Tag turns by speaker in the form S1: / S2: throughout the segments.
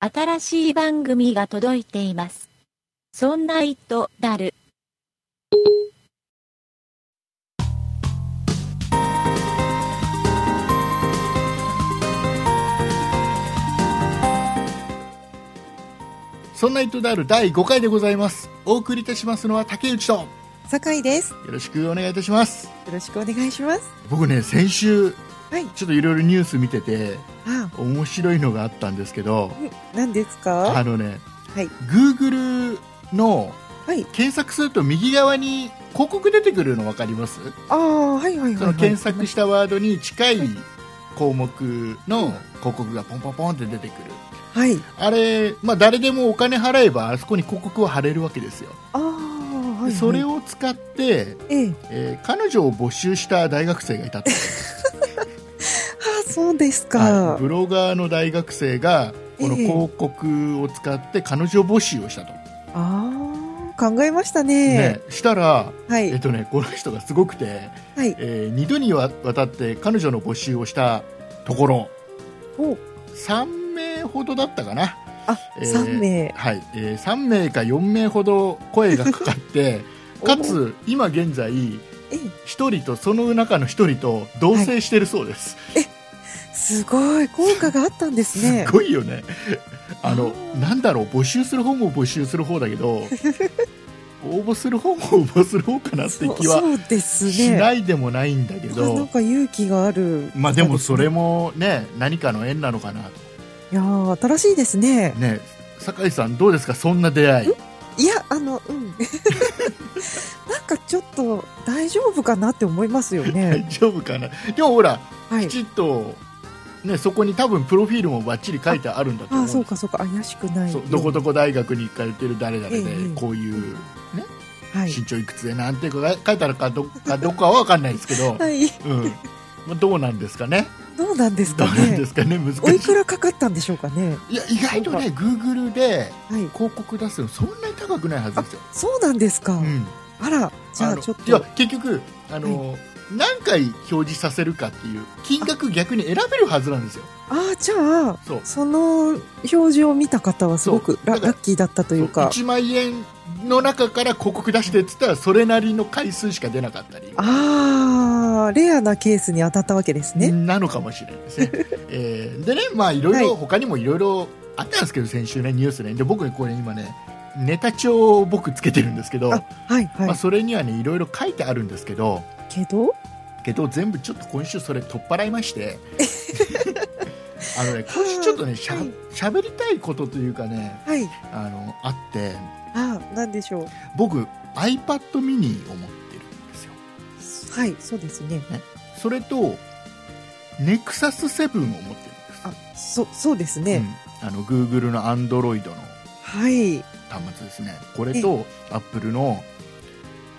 S1: 新しい番組が届いています。そんな糸だる。
S2: そんな糸である第5回でございます。お送りいたしますのは竹内とよ
S3: 酒井です。よ
S2: ろしくお願いいたします。
S3: ろしくお願いします。
S2: 僕ね先週
S3: はい。
S2: ちょっといろいろニュース見てて
S3: あ、
S2: 面白いのがあったんですけど、
S3: 何ですか。
S2: あ
S3: は
S2: のね、
S3: い。
S2: Google の
S3: はい。
S2: 検索すると右側に広告出てくるの分かります？
S3: ああ、はいはいはい、はい。
S2: その検索したワードに近い項目の広告がポンポンポンって出てくる。
S3: はい。
S2: あれ、まあ誰でもお金払えばあそこに広告を貼れるわけですよ。
S3: ああ、はい、
S2: で
S3: はい。
S2: それ。を使って、
S3: ええ。
S2: えー彼女を募集した大学生がいた って
S3: ああ、そうで
S2: は
S3: す
S2: い
S3: か。
S2: ブロガーの大学生がこの
S3: ええ
S2: 広告を使って彼女募集をしたと、
S3: ああ、考えましたね。
S2: ね、したら、
S3: は
S2: えっ
S3: い。
S2: とね、この人がすごくて、
S3: はい。
S2: え2度にわたって彼女の募集をしたところ
S3: お、
S2: 3名ほどだったかな、
S3: あ、
S2: えー
S3: 三、名。
S2: はいえ3名か4名ほど声がかかって
S3: お
S2: かつ今現在1
S3: え
S2: 人とその中の1人と同棲してるそうです、
S3: え、すごい効果があったんですね
S2: す。ごいよね。あの
S3: あー
S2: なんだろう募集する方も募集する方だけ ど応募する方も応募 する方かなって
S3: そう
S2: 気は
S3: そうですね。
S2: しないでもないんだけ
S3: あなん
S2: ど、
S3: か勇気がある。
S2: まあでもそれも
S3: も。
S2: ね何かの縁なのかなと
S3: いやー、新しいですね。
S2: ね酒井さんどうですかそんな出会い
S3: いや、あの、うん。 なんかちょっと大丈夫かなって思いますよね。
S2: 大丈夫かなでもほら
S3: は
S2: き
S3: い。
S2: ちっと、ね、そこに多分プロフィールもばっちり書いてあるんだと思
S3: あ
S2: うん
S3: あ、
S2: です
S3: そうか、そうか、怪しくない。
S2: そうどこどこ大学に行かれてる誰々で
S3: ええええ
S2: こういう
S3: はい。
S2: 身長いくつでなんていうか書いてあるかどかどうかは分かんないですけ ど、
S3: はい。
S2: うんまあ、どうなんですかね、
S3: どうなんです
S2: どう
S3: か
S2: なんで
S3: ね。
S2: すかね、難
S3: おい
S2: しい
S3: く。らかかったんでしょうかね。
S2: いや、意外とね、Google で
S3: はい。
S2: 広告出すの、そんなに高くないはずですよ。
S3: そうなんですか。
S2: うん、
S3: あら、じゃ
S2: あ
S3: あ
S2: の
S3: ちょっ
S2: いや
S3: と。
S2: 結局あの、何回表示させるかっていう、金額、逆に選べるはずなんですよ。
S3: ああ、じゃあ、
S2: そう
S3: その表示を見た方はすごくラ
S2: そうだから
S3: ラッキーだったというか。
S2: 1万円の中から広告出してって言ったらそれなりの回数しか出なかったり
S3: ああ、レアなケースに当たったわけですね。
S2: なのかもしれないです ね。えーでね、まあ、いろい
S3: は
S2: ろ、
S3: い
S2: 他にもいろいろあったんですけど、先週ね、ニュースね。で、僕、これ今ね、ネタ帳を僕つけてるんですけど、
S3: あ、はい、
S2: ま
S3: は
S2: あ、
S3: い。
S2: それにはね、いろいろ書いてあるんですけど、
S3: けど、
S2: けど、全部ちょっと今週それ取っ払いま して、あのね、今週ちょっとね、しゃ
S3: はい
S2: 喋りたいことというかね、
S3: はい。
S2: あの、あって、
S3: ああ、なんでしょう。
S2: 僕、iPad mini を持ってるんですよ。
S3: はい、そうですね。
S2: それと、Nexus 7を持ってるんです。
S3: あ、そ、そうですね。
S2: うん、あの Google の Android の
S3: はい。
S2: 端末ですねこれと Apple の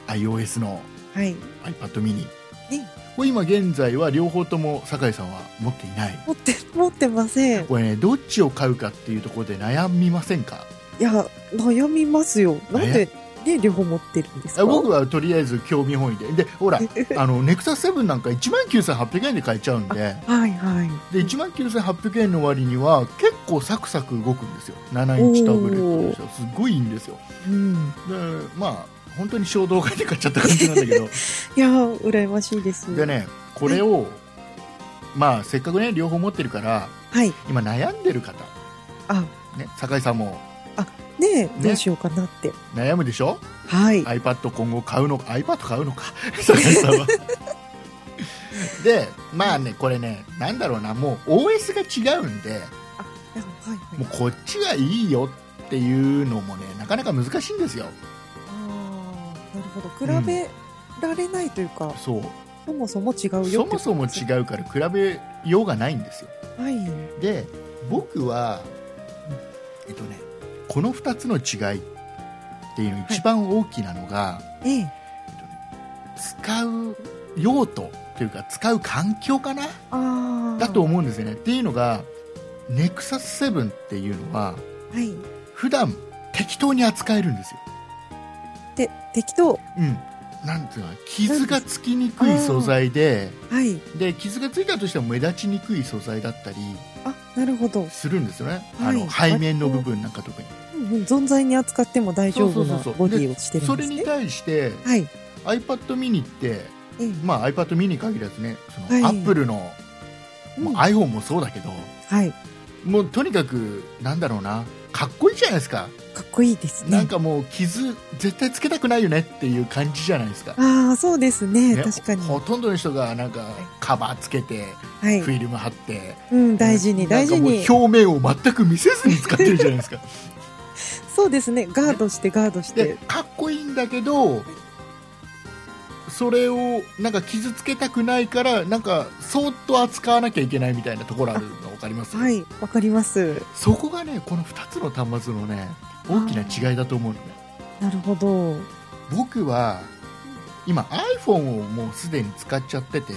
S2: iOS の
S3: はい。
S2: iPad mini
S3: ね
S2: これ今現在は両方とも酒井さんは持っていない
S3: 持って、持ってません。
S2: これねどっちを買うかっていうところで悩みませんか
S3: いや、悩みますよ。なんで、ね、両方持ってるんですか
S2: あ僕はとりあえず興味本位ででほらあの NEXUS7 なんか1万9800円で買えちゃうんで
S3: はいはい。
S2: で1万9800円の割には結構サクサク動くんですよ7インチタブレットですよすごいいいんですよ
S3: うん。
S2: でまあ本当に衝動買いで買っちゃった感じなんだけ ど
S3: いやー、羨ましいです。
S2: で。ねこれをまあせっかくね両方持ってるから
S3: はい。
S2: 今悩んでる方、
S3: あ、
S2: ね、酒井さんも
S3: ねえどうしようかなって。
S2: 悩むでしょ
S3: はい。
S2: iPad 今後買うの iPad 買うのか 酒井さん はでまあねこれねなんだろうなもう OS が違うんで
S3: いやはいは
S2: も
S3: い。
S2: うこっちがいいよっていうのもねなかなか難しいんですよ
S3: ああ、なるほど。比べられないというか、
S2: そう
S3: そもそも違うよって
S2: そもそも違うから比べようがないんですよ
S3: はい。
S2: で僕はえっとねこの2つの違いっていうの一番大きなのが、
S3: ええ。
S2: えっとね使う用途というか使う環境かな
S3: ああ。
S2: だと思うんですよねっていうのが NEXUS7 っていうのは
S3: はい。
S2: 普段適当に扱えるんですよ、
S3: で、適当。
S2: うん、なんていうのかな傷がつきにくい素材で
S3: はい。
S2: で傷がついたとしても目立ちにくい素材だったり
S3: あ、なるほど、
S2: するんですよね、
S3: はい
S2: あの背面の部分なんか特に
S3: うんうん、存在に扱っても大丈夫な
S2: そうそうそうそう
S3: ボディをしてる
S2: そ
S3: んで
S2: れ
S3: すね
S2: に対して
S3: はい、
S2: iPad mini って、
S3: ええ
S2: まあ、iPad mini に限らずねその、
S3: はい
S2: Apple の、
S3: うん
S2: もう iPhone もそうだけど
S3: はい、
S2: もうとにかくなんだろうなかっこいいじゃないですか、
S3: かっこいいですね
S2: なんかもう傷絶対つけたくないよねっていう感じじゃないですか、
S3: ああそうですね
S2: ね
S3: 確かに
S2: ほとんどの人がなんかカバーつけて
S3: はい
S2: フ、ィルム貼って、
S3: うん、大事に
S2: な
S3: 大
S2: んか
S3: 事
S2: もう
S3: に
S2: 表面を全く見せずに使ってるじゃないですか
S3: そうですねガードしてガードし
S2: で
S3: て
S2: かっこいいんだけどそれをなんか傷つけたくないからなんかそーっと扱わなきゃいけないみたいなところあるの分かります、
S3: はいわかります
S2: そこがねこの2つの端末のね大きな違いだと思うのね
S3: なるほど
S2: 僕は今 iPhone をもうすでに使っちゃってて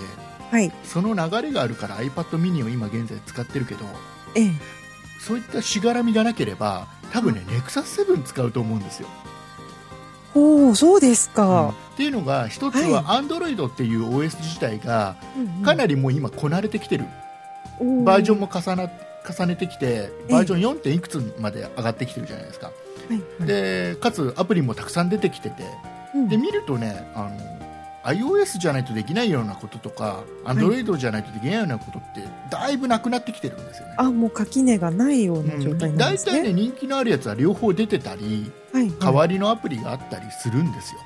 S3: はい
S2: その流れがあるから iPad mini を今現在使ってるけど
S3: ええ
S2: そういったしがらみがなければ多分ね、ネクサス7使うと思うんですよ、
S3: おおそうです
S2: うんっ
S3: か、
S2: ていうのが一つは Android っていう OS 自体がかなりもう今こなれてきてる、バージョン
S3: も、
S2: も重な重ねてきてバージョン 4. 点いくつまで上がってきてるじゃないですか、
S3: はい、
S2: でかつアプリもたくさん出てきてて
S3: うん
S2: で見るとねあの iOS じゃないとできないようなこととか Android じゃないとできないようなことってだいぶなくなってきてるんですよね。
S3: あもう垣根がないような状
S2: う
S3: 態
S2: ん
S3: なん
S2: 大
S3: です
S2: 体ね
S3: ね、
S2: 人気のあるやつは両方出てたり
S3: はい
S2: 代わりのアプリがあったりするんですよ、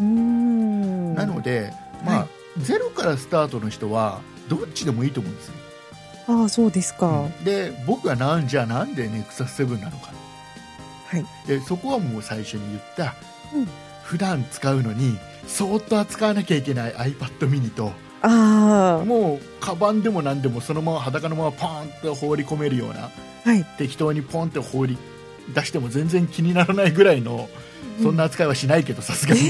S3: うーん
S2: なので、まあ
S3: は
S2: ゼロからスタートの人はどっちでもいいと思うんですよ、
S3: ああそうですか、
S2: で僕はなんじゃあなんで NEXUS7 なのか
S3: はい
S2: でそこはもう最初に言った、
S3: うん
S2: 普段使うのにそーっと扱わなきゃいけない iPad mini と
S3: あ
S2: もうカバンでも何でもそのまま裸のままパーンと放り込めるような
S3: あはい
S2: 適当にポンって放り出しても全然気にならないぐらいのそんな扱いはしないけどさす がに、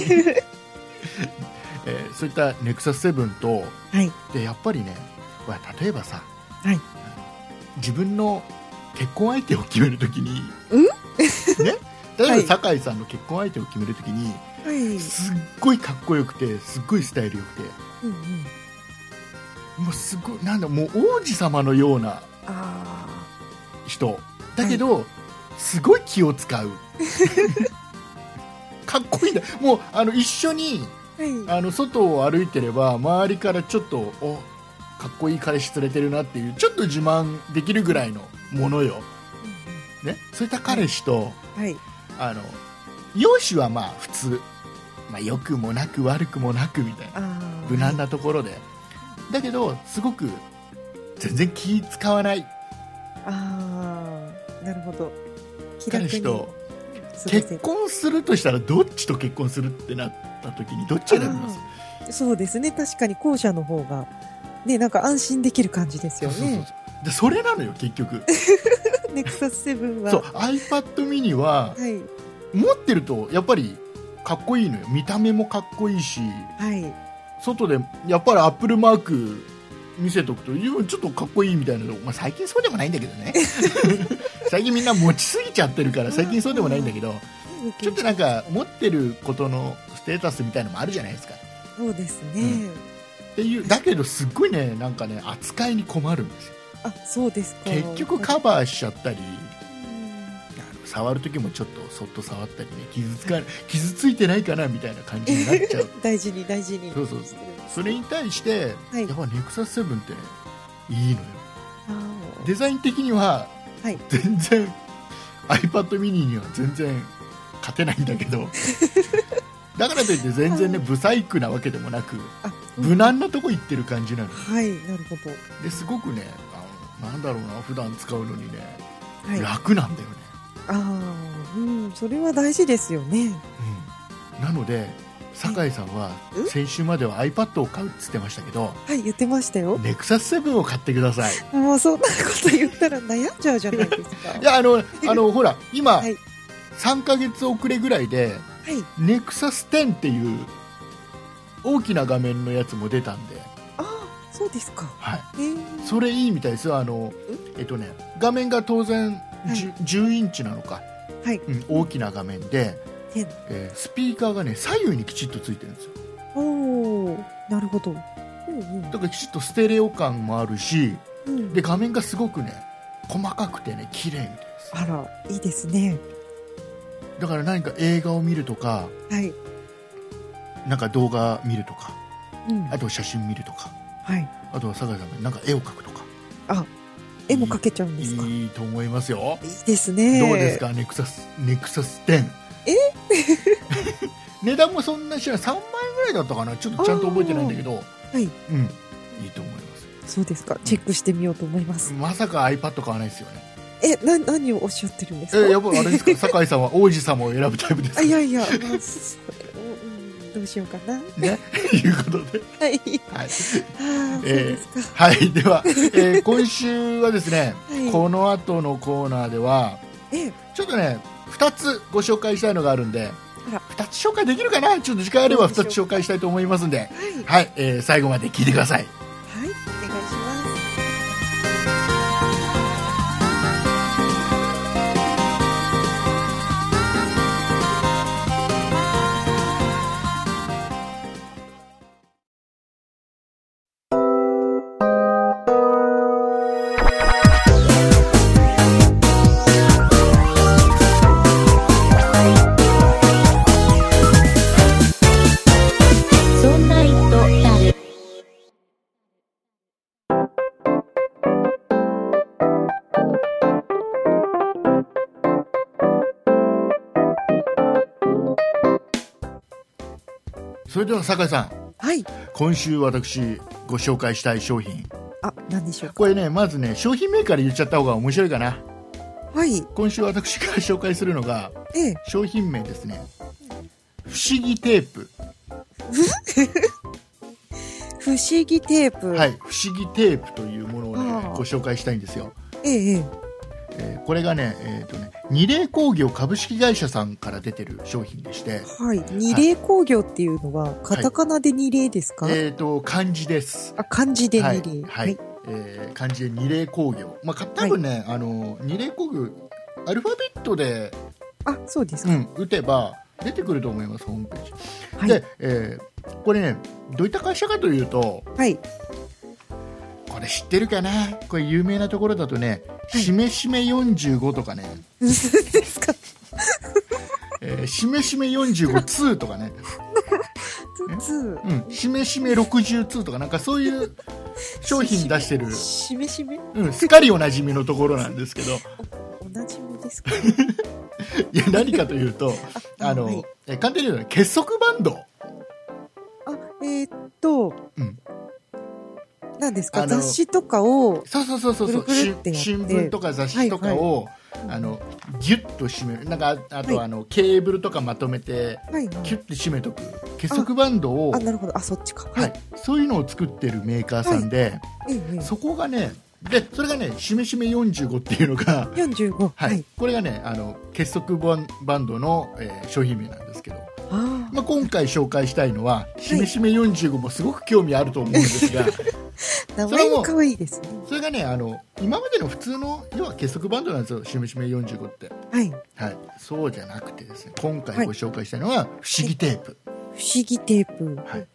S2: えーそういった NEXUS7 と
S3: はい
S2: でやっぱりねほら例えばさ、
S3: はい
S2: 自分の結婚相手を決めるときに、
S3: うん
S2: ね、例
S3: は
S2: えば
S3: い
S2: 酒井さんの結婚相手を決めるときに、
S3: はい、うん
S2: すっごいかっこよくてすっごいスタイルよくて
S3: うん、
S2: もうすごいなんだもう王子様のような
S3: あ
S2: 人だけど、すごい気を使 うかっこいいんだもうあの一緒に
S3: あはい
S2: あの外を歩いてれば周りからちょっとおかっこいい彼氏連れてるなっていうちょっと自慢できるぐらいのものよ、ね、そういった彼氏と、
S3: はい
S2: あの容姿はまあ普通、まあ、良くもなく悪くもなくみたいな
S3: ああ
S2: 無難なところでだけどすごく全然気使わない
S3: ああなるほど気
S2: 彼
S3: 楽に
S2: 氏と
S3: 過ごせ
S2: 結婚するとしたらどっちと結婚するってなった時にどっち選びます
S3: そうですね確かに後者の方がねなんか安心できる感じですよ
S2: そうそう
S3: ね
S2: そうでそれなのよ結局
S3: ネクサス7は
S2: そう iPad ミニは
S3: はい
S2: 持ってるとやっぱりかっこいいのよ見た目もかっこいいし
S3: はい
S2: 外でやっぱりアップルマーク見せとくといやちょっとかっこいいみたいなの、まあ、最近そうでもないんだけ どね最近みんな持ちすぎちゃってるから最近そうでもないんだけどちょっとなんか持ってることのステータスみたいのもあるじゃないですかっ
S3: そうですね、
S2: うていうだけどすっごいねなんかね扱いに困るんですよ
S3: あそうですか
S2: 結局カバーしちゃったりあの触る時もちょっとそっと触ったりね傷つか傷ついてないかなみたいな感じになっちゃう
S3: うん大事に大事に
S2: そうそう
S3: して
S2: そ
S3: るんです
S2: それに対して、
S3: はい
S2: やっぱネクサス7ってねいいのよ
S3: あー
S2: デザイン的には、
S3: はい
S2: 全然 iPad mini には全然勝てないんだけ どだからといって全然ね
S3: は
S2: ブサイクなわけでもなく
S3: あ
S2: 無難なとこ行ってる感じなの
S3: はいなるほど
S2: ですごくねあのなんだろうな普段使うのにね、
S3: はいあ
S2: 楽なんだよね、
S3: あーうんそれは大事ですよね
S2: うん、なので酒井さんは
S3: うん
S2: 先週までは iPad を買うっつってましたけど
S3: はい言ってましたよ
S2: ネクサス7を買ってください
S3: もうそんなこと言ったら悩んじゃうじゃないですか
S2: いやあのあのほら今、
S3: はい
S2: 3ヶ月遅れぐらいで
S3: はい
S2: ネクサス10っていう大きな画面のやつも出たんで、
S3: ああそうですか
S2: はい、
S3: えー、
S2: それいいみたいですよあのえっとね画面が当然 10,、10インチなのか、
S3: はい
S2: うん大きな画面で
S3: 天、
S2: えースピーカーがね左右にきちっとついてるんですよ
S3: おおなるほどうん
S2: だからきちっとステレオ感もあるし
S3: うんうん
S2: で画面がすごくね細かくてね綺麗みたいです
S3: あら、いいですね。
S2: だから何か映画を見るとか
S3: はい。
S2: なんか動画見るとか
S3: うん。
S2: あと写真見るとか
S3: はい。
S2: あとは酒井さんがなんか絵を描くとか
S3: 絵も描けちゃうんですか。いい
S2: いいと思いますよ、
S3: ですね。
S2: どうですかネクサスネクサス10
S3: え
S2: 値段もそんな知らない3万円ぐらいだったかなちょっとちゃんと覚えてないんだけど
S3: ーは
S2: う
S3: い
S2: んいいと思いま
S3: そうですか。チェックしてみようと思いますす。
S2: まさか iPad 買わないですよね
S3: え、な、何をおっしゃってるんです
S2: え
S3: か。
S2: やっぱあれですか 酒井さんは王子様を選ぶタイプですか
S3: あいやいや、まあ そそうんどうしようかな。
S2: ね いうことで
S3: はい。
S2: はい
S3: ああ、そう
S2: えー
S3: ですか。
S2: はい、では、えー今週はですね、
S3: はい
S2: この後のコーナーでは、
S3: ええ、
S2: ちょっとね、2つご紹介したいのがあるんで
S3: あら、
S2: 2つ紹介できるかな、ちょっと時間あれば
S3: どう
S2: 2
S3: で
S2: つ
S3: しょ
S2: 紹
S3: う
S2: 介したいと思いますんで、
S3: はい。はい、
S2: はいえー最後まで聞いてください。
S3: お願いします。
S1: そんな糸だる、
S2: それでは酒井さん、
S3: はい。
S2: 今週私、ご紹介したい商品、
S3: あ、なんでしょうか。
S2: これね、まずね、商品名から言っちゃった方が面白いかな、
S3: はい。
S2: 今週私から紹介するのが、
S3: ええ。
S2: 商品名ですね、不思議テープ。
S3: 不思議テープ。。
S2: はいい、不思議テープというものを、ね
S3: あ、ー
S2: ご紹介したいんですよ、
S3: ええ、ええ。
S2: えーこれがね,、えー、とね二霊工業株式会社さんから出てる商品でして、
S3: はい。二例工業っていうのは、カタカナで二例ですか、
S2: えー、と漢字です
S3: あ、漢字で
S2: はい、
S3: 二例。
S2: はい。えー漢字で二霊工業、まあ、か多分ね、あの二霊工業アルファベットで、
S3: あ、そうです
S2: う
S3: か。
S2: ん、打てば出てくると思いますホームページ、
S3: はい。
S2: で、えーこれねどういった会社かというと
S3: はい。
S2: これ知ってるかなこれ有名なところだとね「
S3: はい
S2: しめしめ45」とかね
S3: ですか。
S2: えーしめしめ452とかね、
S3: つ
S2: うん、しめしめ62とかなんかそういう商品出してる、
S3: しめしめ
S2: うん、すっかりおなじみのところなんですけど
S3: おなじみですか
S2: いや何かという と あの、
S3: はい
S2: え簡単に言うとね結束バンド
S3: あ、えーっと、
S2: うん
S3: 何です
S2: あ
S3: か
S2: の
S3: 雑誌とかを、
S2: そうそうそうそうそう
S3: くるくるって
S2: し
S3: やって
S2: 新聞とか雑誌とかを、あのギュッと締めるなんかああと、
S3: はい
S2: あのケーブルとかまとめて
S3: はいはい
S2: キュッて締めとく結束バンドを
S3: あ、なるほど。あ、そっちか。
S2: はい。、そういうのを作ってるメーカーさんで、
S3: えええ
S2: そこがねでそれがね「しめしめ45」っていうのが
S3: え。45。
S2: は
S3: はいい。
S2: これがねあの結束バンバンドの、えー商品名なんですけど、
S3: あ
S2: まあ、今回紹介したいのは「しめしめ45」もすごく興味あると思うんですが
S3: あ、名前も可愛いですね。
S2: それがねあの今までの普通の要は結束バンドなんですよ「しめしめ45」って、
S3: はい。不
S2: はい、そうじゃなくてですね今回ご紹介したいのは「不思議テープ
S3: 思議テープ。」
S2: はい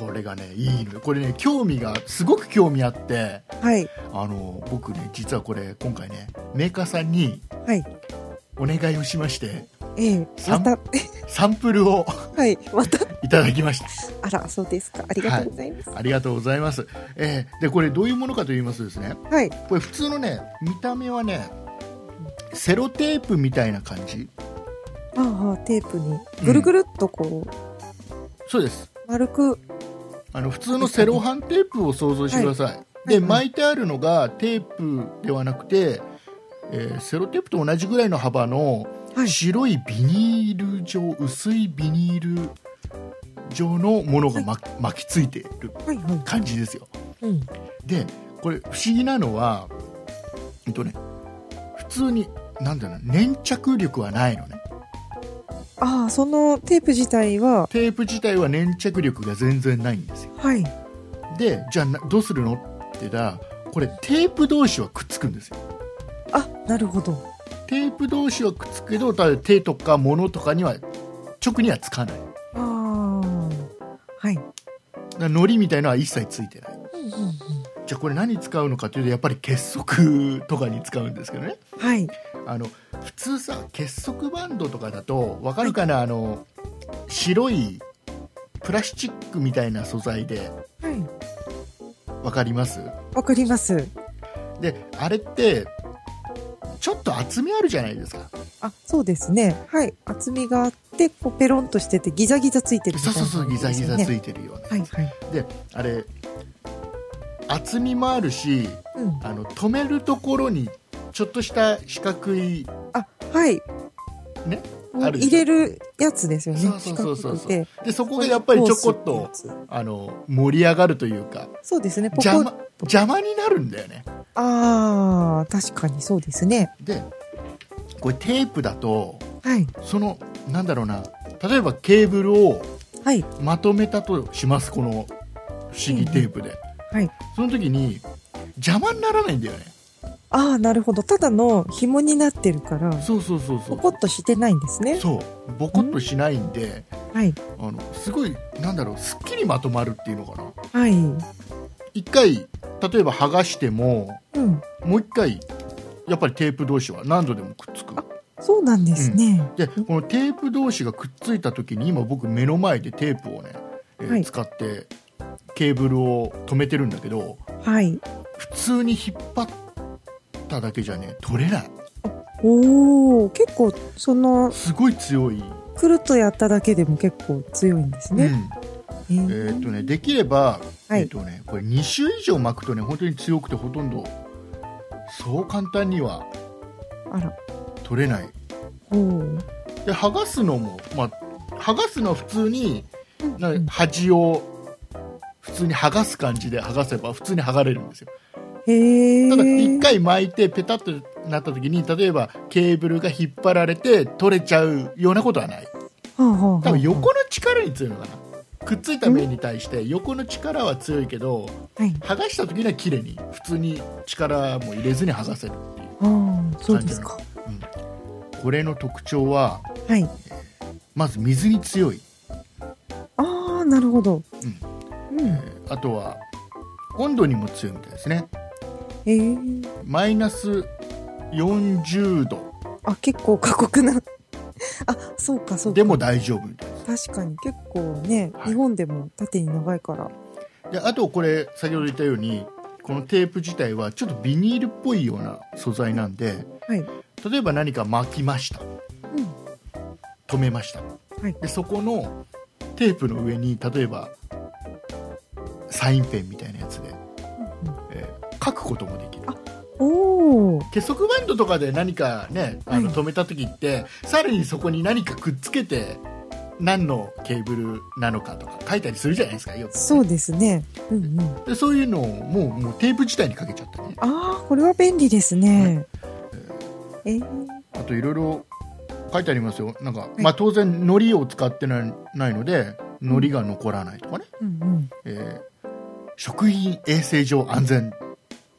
S2: これがねいいのよこれね興味がすごく興味あって
S3: はい。
S2: あの僕ね実はこれ今回ねメーカーさんに
S3: はい。
S2: お願いをしまして
S3: ええ。ま
S2: 三
S3: た、
S2: サンプルを
S3: はい。また、
S2: いただきました
S3: あら、そうですか。ありがとうございます。
S2: ありがとうございます。えーでこれどういうものかと言いますとですね、
S3: はい。
S2: これ普通のね見た目はねセロテープみたいな感じ。
S3: ああ、テープに、ぐるぐるっとこう、
S2: そうです。
S3: 丸く、
S2: あの普通のセロハンテープを想像してください。
S3: い
S2: で
S3: はいはい
S2: 巻いてあるのがテープではなくて、えーセロテープと同じぐらいの幅の
S3: はい。
S2: 白いビニール状薄いビニール状のものが巻巻きついてる
S3: はい、は
S2: 感じですよ。
S3: い。うん。
S2: でこれ不思議なのは、えっとね、普通になんだろうな粘着力はないのね
S3: ああ、そのテープ自体は、
S2: テープ自体は粘着力が全然ないんですよ
S3: はい。
S2: でじゃあなどうするのって言ったらこれテープ同士はくっつくんですよ
S3: あ、なるほど。
S2: テープ同士はくっつくけどただ手とか物とかには直にはつかないだか
S3: ああ。はい。
S2: ら糊みたいのは一切ついてない
S3: うんうんうん。
S2: じゃあこれ何使うのかというとやっぱり結束とかに使うんですけどね
S3: はい。
S2: あの普通さ結束バンドとかだとわかるかな、あの白いプラスチックみたいな素材で
S3: はい。
S2: わかります
S3: わかります。
S2: であれってちょっと厚みあるじゃないですか
S3: あ、そうですね。はい。厚みがあって、こうペロンとしてて、ギザギザついてるみた
S2: そう
S3: いな、
S2: そうそうギザギザつ
S3: て
S2: いてるような、
S3: はいはい。
S2: であれ厚みもあるし
S3: うん。
S2: あの止めるところにちょっとした四角い
S3: あ、はい。
S2: ね
S3: うん
S2: あるでしょ
S3: 入れるやつですよね。
S2: そうそうそうそう
S3: 四角くて
S2: でそこがやっぱりちょこっ
S3: こ
S2: と
S3: うするや
S2: あの盛り上がるというか
S3: つそうですね。ポコ
S2: 邪魔邪魔になるんだよね
S3: ああ、確かにそうですね。
S2: でこれテープだと
S3: はい。
S2: そのなんだろうな例えばケーブルを
S3: はい。
S2: まとめたとしますこの不思議テープで、
S3: はい。
S2: その時に邪魔にならないんだよね
S3: ああ、なるほど。ただの紐になってるから、
S2: そうそうそうそ
S3: ポ
S2: う
S3: コッとしてないんですね。
S2: そうボコッとしないんで、
S3: はい。
S2: あのすごいなんだろうすっきりまとまるっていうのかな
S3: はい。
S2: 一回例えば剥がしても
S3: うん。
S2: もう一回やっぱりテープ同士は何度でもくっつく
S3: そうなんですね。
S2: でこのテープ同士がくっついた時に今僕目の前でテープをね、えー
S3: はい
S2: 使ってケーブルを止めてるんだけど
S3: はい。
S2: 普通に引っ張っただけじゃね取れない
S3: おお、結構、その、
S2: すごい強い、
S3: くるっとやっただけでも結構強いんですね。え
S2: うん、えーっとねできれば、
S3: はい
S2: えーっとねこれ2周以上巻くとね本当に強くてほとんどそう簡単には
S3: あら。
S2: 取れない
S3: おお。
S2: で剥がすのも、まあ、剥がすのは普通にな
S3: うん
S2: 端を普通に剥がす感じで剥がせば普通に剥がれるんですよ
S3: へえ。
S2: ただ一回巻いてペタッとなった時に例えばケーブルが引っ張られて取れちゃうようなことはない
S3: はあはあはあ、
S2: 多分横の力に強いのかなくっついた面に対して横の力は強いけど
S3: はい。
S2: 剥がした時には綺麗に普通に力も入れずに剥がせるっていう
S3: ああ、そうですか。
S2: これの特徴は
S3: はい。
S2: まず水に強い
S3: ああ、なるほど。うん。うん、
S2: あとは温度にも強いみたいですね
S3: えー、
S2: マイナス40度
S3: あ、結構過酷な。 あ、そうか、そうか。
S2: でも大丈夫みたいです
S3: 確かに結構ね、
S2: はい
S3: 日本でも縦に長いから。
S2: であとこれ先ほど言ったようにこのテープ自体はちょっとビニールっぽいような素材なんで
S3: はい。
S2: 例えば何か巻きました
S3: うん。
S2: 止めました、
S3: い
S2: でそこのテープの上に例えばサインペンみたいなやつで、えー書くこともできる
S3: おお。
S2: 結束バンドとかで何かねあの
S3: はい
S2: 止めた時って、さらにそこに何かくっつけて何のケーブルなのかとか書いたりするじゃないですかよく
S3: そうですね。うんうん。
S2: でそういうのをもうもうテープ自体にかけちゃったね
S3: ああ、これは便利ですね。えー、
S2: あといろいろ書いてありますよなんか、まあ、当然のりを使ってないないのでのりが残らないとかね、
S3: うんうん。
S2: えー食品衛生上安全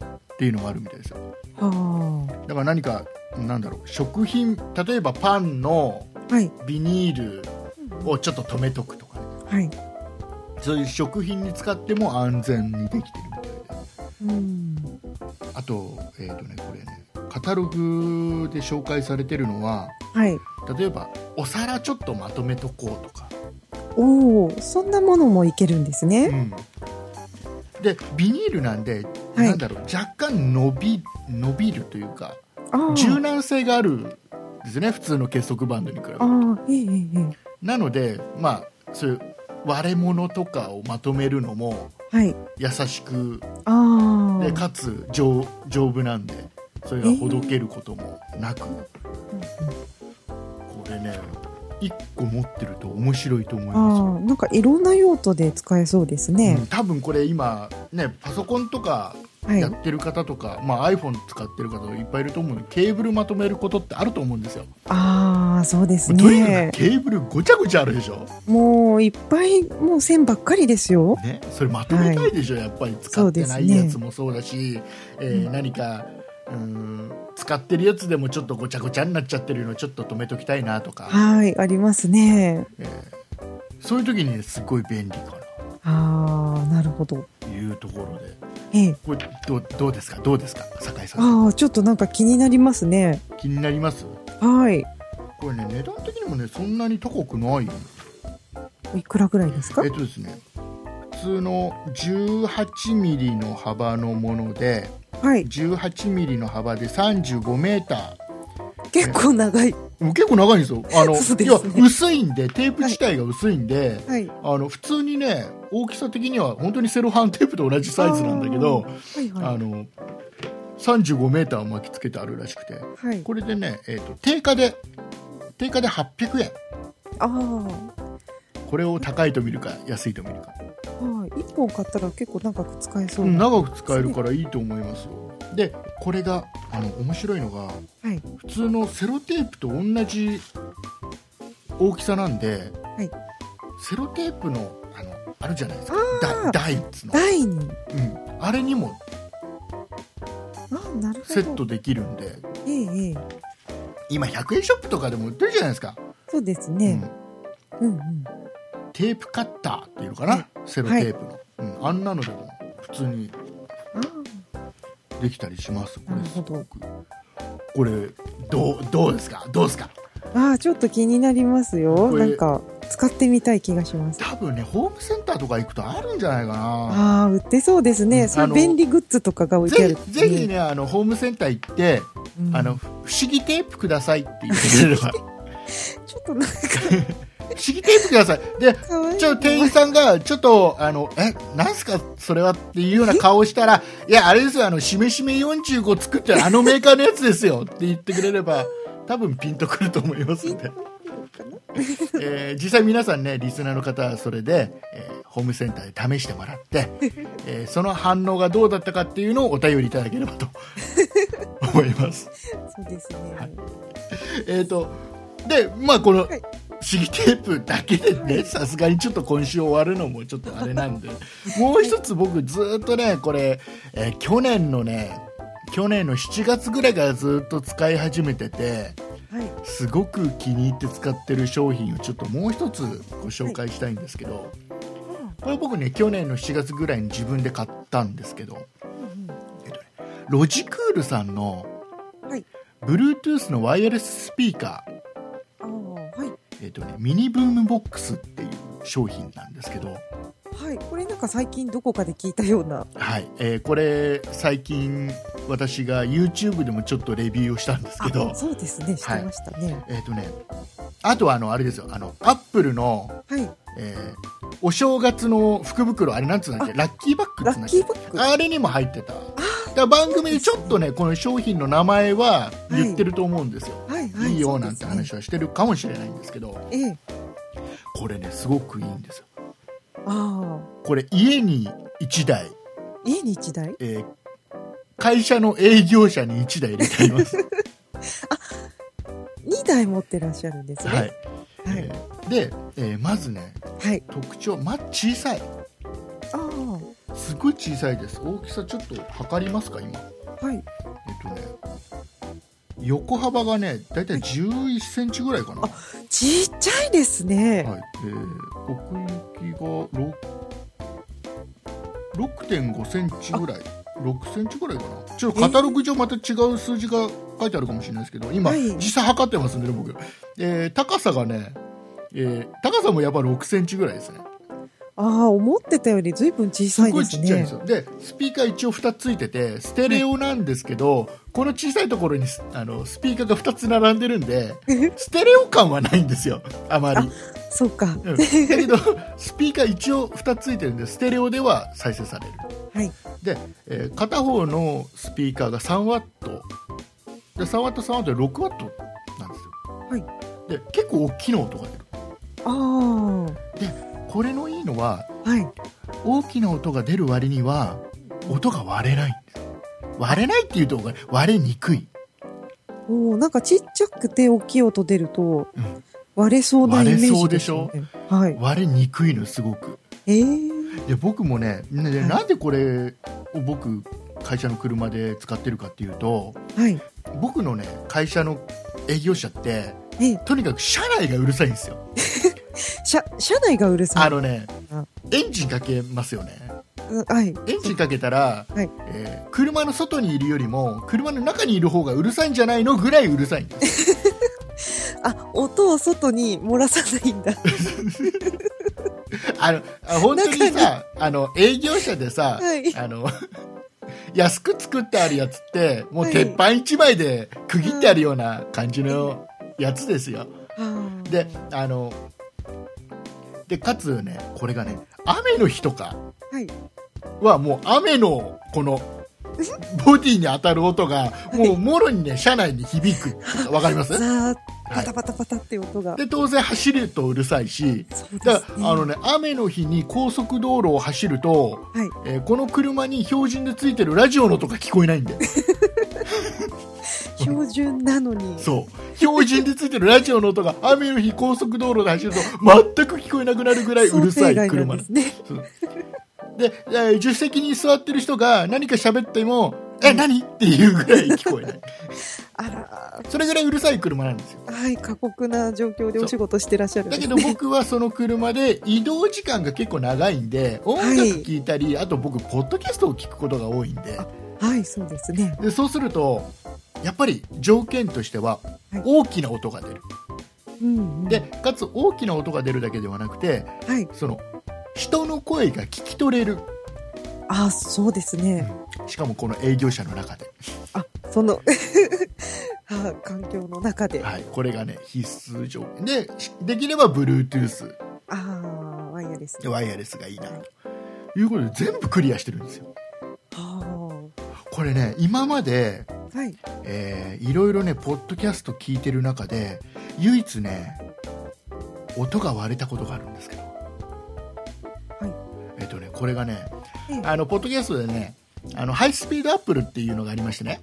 S2: っていうのもあるみたいですよ
S3: は
S2: だから何かなんだろう食品例えばパンの
S3: あ。はい。
S2: ビニールをちょっと止めとくとかね
S3: はい。
S2: そういう食品に使っても安全にできてるみたいで
S3: うん。
S2: あとえっ、とねこれねカタログで紹介されてるのは
S3: はい。
S2: 例えばお皿ちょっとまとめとこうとか、
S3: おお、そんなものもいけるんです
S2: う
S3: ね。
S2: ん、でビニールなんで、
S3: はい
S2: なんだろう若干伸び伸びるというか
S3: ああ。
S2: 柔軟性があるんですね普通の結束バンドに比べて
S3: ああ、えええええ
S2: なのでまあそういう割れ物とかをまとめるのも
S3: え。はい。
S2: 優しく
S3: あ
S2: で
S3: あ。
S2: かつ丈丈夫なんでそれがほどけることもなく、これね1個持ってると面白いと思いますよ、
S3: ああ、なんかいろんな用途で使えそうですね
S2: う。ん多分これ今ねパソコンとか
S3: はい。
S2: やってる方とか、まあ、iPhone 使ってる方いっぱいいると思うんでケーブルまとめることってあると思うんですよ、
S3: ああ、そうです
S2: とにか
S3: ね
S2: く。ケーブルごちゃごちゃあるでしょ、
S3: もういっぱいもう線ばっかりですよ。
S2: ね、それまとめたいでしょ、やっぱり使ってな
S3: そう
S2: い
S3: ですね
S2: やつもそうだしえー
S3: うん
S2: 何かうーん使ってるやつでもちょっとごちゃごちゃになっちゃってるのちょっと止めときたいなとか、
S3: はい、ありますね。
S2: えーそういう時にねすごい便利かな
S3: ああ、なるほど。
S2: というところで
S3: ええ。
S2: これどうどうですかどうですか酒井さん
S3: ああ、ちょっとなんか気になりますね。
S2: 気になります
S3: はい。
S2: これね値段的にもねそんなに高くない
S3: おいくらぐらいですか
S2: えっとですね普通の18ミリの幅のもので
S3: はい。
S2: 18ミリの幅で35メータ
S3: 結構長い。
S2: ーもう結構長いんですよあの、
S3: そうで
S2: い
S3: す
S2: や
S3: ね
S2: 薄いんでテープ自体が薄いんで、
S3: はい。
S2: あの普通にね大きさ的には本当にセロハンテープと同じサイズなんだけど
S3: はい
S2: あ、
S3: は
S2: の35メーターを巻きつけてあるらしくて
S3: い。はい。
S2: これでね、えー、と定価で定価で800円
S3: ああ。
S2: これを高いと見るか安いと見るか
S3: はい。一本買ったら結構長く使えそう
S2: うん
S3: な。
S2: 長く使えるからいいと思いますよでこれがあの面白いのが
S3: はい。
S2: 普通のセロテープと同じ大きさなんで、
S3: い
S2: セロテープのあのあるじゃないですか
S3: あ
S2: だ
S3: ー
S2: 台っつうの、
S3: 台に。
S2: うん、あれにも
S3: ああ、なるほど。
S2: セット。できるんで
S3: ええ、ええ。
S2: 今100円ショップとかでも売ってるじゃないですか、
S3: そうです
S2: う
S3: ね。
S2: ん、
S3: うんうん。
S2: テープカッターっていうのかな、
S3: はい
S2: セロテープの、うん、あんなのでも普通に
S3: あ
S2: できたりしますこ
S3: な
S2: れ
S3: る
S2: す
S3: ほ
S2: ご
S3: ど
S2: くこれどうどうですかどうですか
S3: あ。ああ、ちょっと気になりますよ。
S2: これ
S3: なんか、使ってみたい気がします。
S2: 多分ねホームセンターとか行くとあるんじゃないかな
S3: ああ、売ってそうです
S2: う
S3: ね。
S2: ん
S3: そ
S2: あ
S3: の
S2: の
S3: 便利グッズとかが置いてあ
S2: ぜ
S3: る。
S2: ひぜひねあのホームセンター行って、
S3: うん
S2: あの不思議テープくださいって言って くれれば不思
S3: ちょっとなんか、
S2: 議テープくださいで
S3: かわいい。
S2: ちょ店員さんがちょっとあのえなんすかそれはっていうような顔をしたらいやあれですよあのしめしめ45作ってるあのメーカーのやつですよって言ってくれれば多分ピンとくると思いますんで、えー実際皆さんねリスナーの方はそれで、えーホームセンターで試してもらって、えーその反応がどうだったかっていうのをお便りいただければと思います
S3: そうですね。
S2: はいえっ、とでまあこの
S3: はい
S2: 不思議テープだけでねさすがにちょっと今週終わるのもちょっとあれなんで もう一つ僕ずーっとねこれ、えー去年のね去年の7月ぐらいからずーっと使い始めてて
S3: はい。
S2: すごく気に入って使ってる商品をちょっともう一つご紹介したいんですけど、これ僕ね去年の7月ぐらいに自分で買ったんですけど、えっとねロジクールさんの
S3: はい
S2: Bluetooth のワイヤレススピーカー、
S3: ああ、はい。
S2: えっとね、ミニブームボックスっていう商品なんですけど、
S3: はい。これなんか最近どこかで聞いたような。
S2: はいえーこれ最近私が YouTube でもちょっとレビューをしたんですけど
S3: あ、そうですね。してましたね。
S2: えっ、とねあとはあのあれですよあのアップルの、
S3: はい。
S2: えーお正月の福袋あれなんつうんだっけラッキーバッグっ
S3: ラ
S2: つうんだ
S3: ッ
S2: っけ
S3: キーバッグ。
S2: あれにも入ってた。だから番組でちょっとね、この商品の名前は言ってると思うんですよ。
S3: はい、
S2: い、
S3: はい。
S2: いよなんて話
S3: は。
S2: はしてるかもしれないんですけど、
S3: ええ。
S2: これね、すごくいいんですよ。
S3: ああ。
S2: これ家に1台、
S3: 家に一台
S2: えー会社の営業者に1台入れてあり ます。
S3: 二台持ってらっしゃるんですね。
S2: はい。
S3: はい。
S2: えーで、えーまずね、
S3: はい。
S2: 特徴、まず小さい。
S3: ああ。
S2: すごい小さいです。大きさちょっと測りますか、今。
S3: はい。
S2: えっとね、横幅がね、だいたい11センチぐらいかな。
S3: ちっちゃいですね。
S2: はい、えー、奥行きがろく6.5センチぐらい6センチぐらいかなちょっとカタログ上また違う数字が書いてあるかもしれないですけど今、
S3: はい
S2: 実際測ってますんでね僕、えー高さがね、えー高さもやっぱ6センチぐらいですね
S3: ああ、思ってたより随分小さ
S2: す
S3: い
S2: ご
S3: で
S2: い
S3: す
S2: ち
S3: ね。
S2: っちゃいんですよでスピーカー一応2つついててステレオなんですけど、この小さいところにスあのスピーカーが2つ並んでるんでステレオ感はないんですよあまり
S3: そうか。
S2: うんだけど スピーカー一応2つついてるんでステレオでは再生される
S3: はい。
S2: で、えー片方のスピーカーが3ワットで3ワット3ワットで6ワットなんですよ
S3: はい。
S2: で結構大きな音が出る
S3: ああ。
S2: これのいいのは
S3: はい。
S2: 大きな音が出る割には音が割れないんです割れないっていうと割れにくい
S3: おお、なんかちっちゃくて大きい音出ると
S2: うん、
S3: 割れそうなイメージすよね、
S2: 割
S3: はい。
S2: 割れにくいのすごく
S3: ええー。
S2: で僕もねねで
S3: はい
S2: なんでこれを僕会社の車で使ってるかっていうと
S3: はい。
S2: 僕のね会社の営業者って
S3: え、
S2: とにかく車内がうるさいんですよ
S3: 車、車内がうるさい。
S2: あのね
S3: うん
S2: エンジンかけますよね
S3: あうんはい。
S2: エンジンかけたら、
S3: はい
S2: えー車の外にいるよりも車の中にいる方がうるさいんじゃないのぐらいうるさいんです
S3: あ、音を外に漏らさな いんだ。
S2: あの あ本当にさあの営業者でさ、
S3: はい
S2: あの 安く作ってあるやつってもう
S3: はい
S2: 鉄板一枚で区切ってあるような感じのやつですよ。であのでかつねこれがね雨の日とか
S3: はい
S2: はもう雨のこのボディに当たる音がもうもろにね車内に響くわかります
S3: ザーッ
S2: は
S3: パ
S2: い
S3: タパタパタって音が。
S2: で当然走るとうるさいし
S3: そうですね
S2: だからあのね雨の日に高速道路を走ると、
S3: はい。
S2: えーこの車に標準でついてるラジオの音が聞こえないんだよ
S3: 標準なのに。
S2: そう標準でついてるラジオの音が雨の日高速道路で走ると全く聞こえなくなるぐらいうるさ
S3: 想定
S2: い
S3: 外な
S2: 車
S3: ん
S2: な
S3: で
S2: の
S3: すね。
S2: そうで、えー助手席に座ってる人が何か喋っても「え何?」っていうぐらい聞こえない
S3: あら
S2: それぐらいうるさい車なんですよ
S3: ー、はい、過酷な状況でお仕事してらっしゃるんで
S2: だ
S3: す
S2: け
S3: ね。
S2: ど僕はその車で移動時間が結構長いんで音楽聴いたり、あと僕ポッドキャストを聞くことが多いんで
S3: はい、そうですね。
S2: でそうするとやっぱり条件としては
S3: はい
S2: 大きな音が出る、
S3: うん、うん。
S2: で、かつ大きな音が出るだけではなくて
S3: はい。
S2: その人の声が聞き取れる
S3: あ、そうですね。
S2: しかもこの営業者の中で、
S3: あ、その あ、環境の中で。あ
S2: はい、これがね必須条件でしできれば Bluetooth
S3: あー、ワイヤレス。あ
S2: ワイヤレスがいいなということで全部クリアしてるんですよ
S3: あ。
S2: これね今まで
S3: はい。
S2: えーいろいろねポッドキャスト聞いてる中で唯一ね音が割れたことがあるんですけど、
S3: い
S2: えっ、とねこれがね
S3: ええ
S2: あのポッドキャストでねあのハイスピードアップルっていうのがありましてね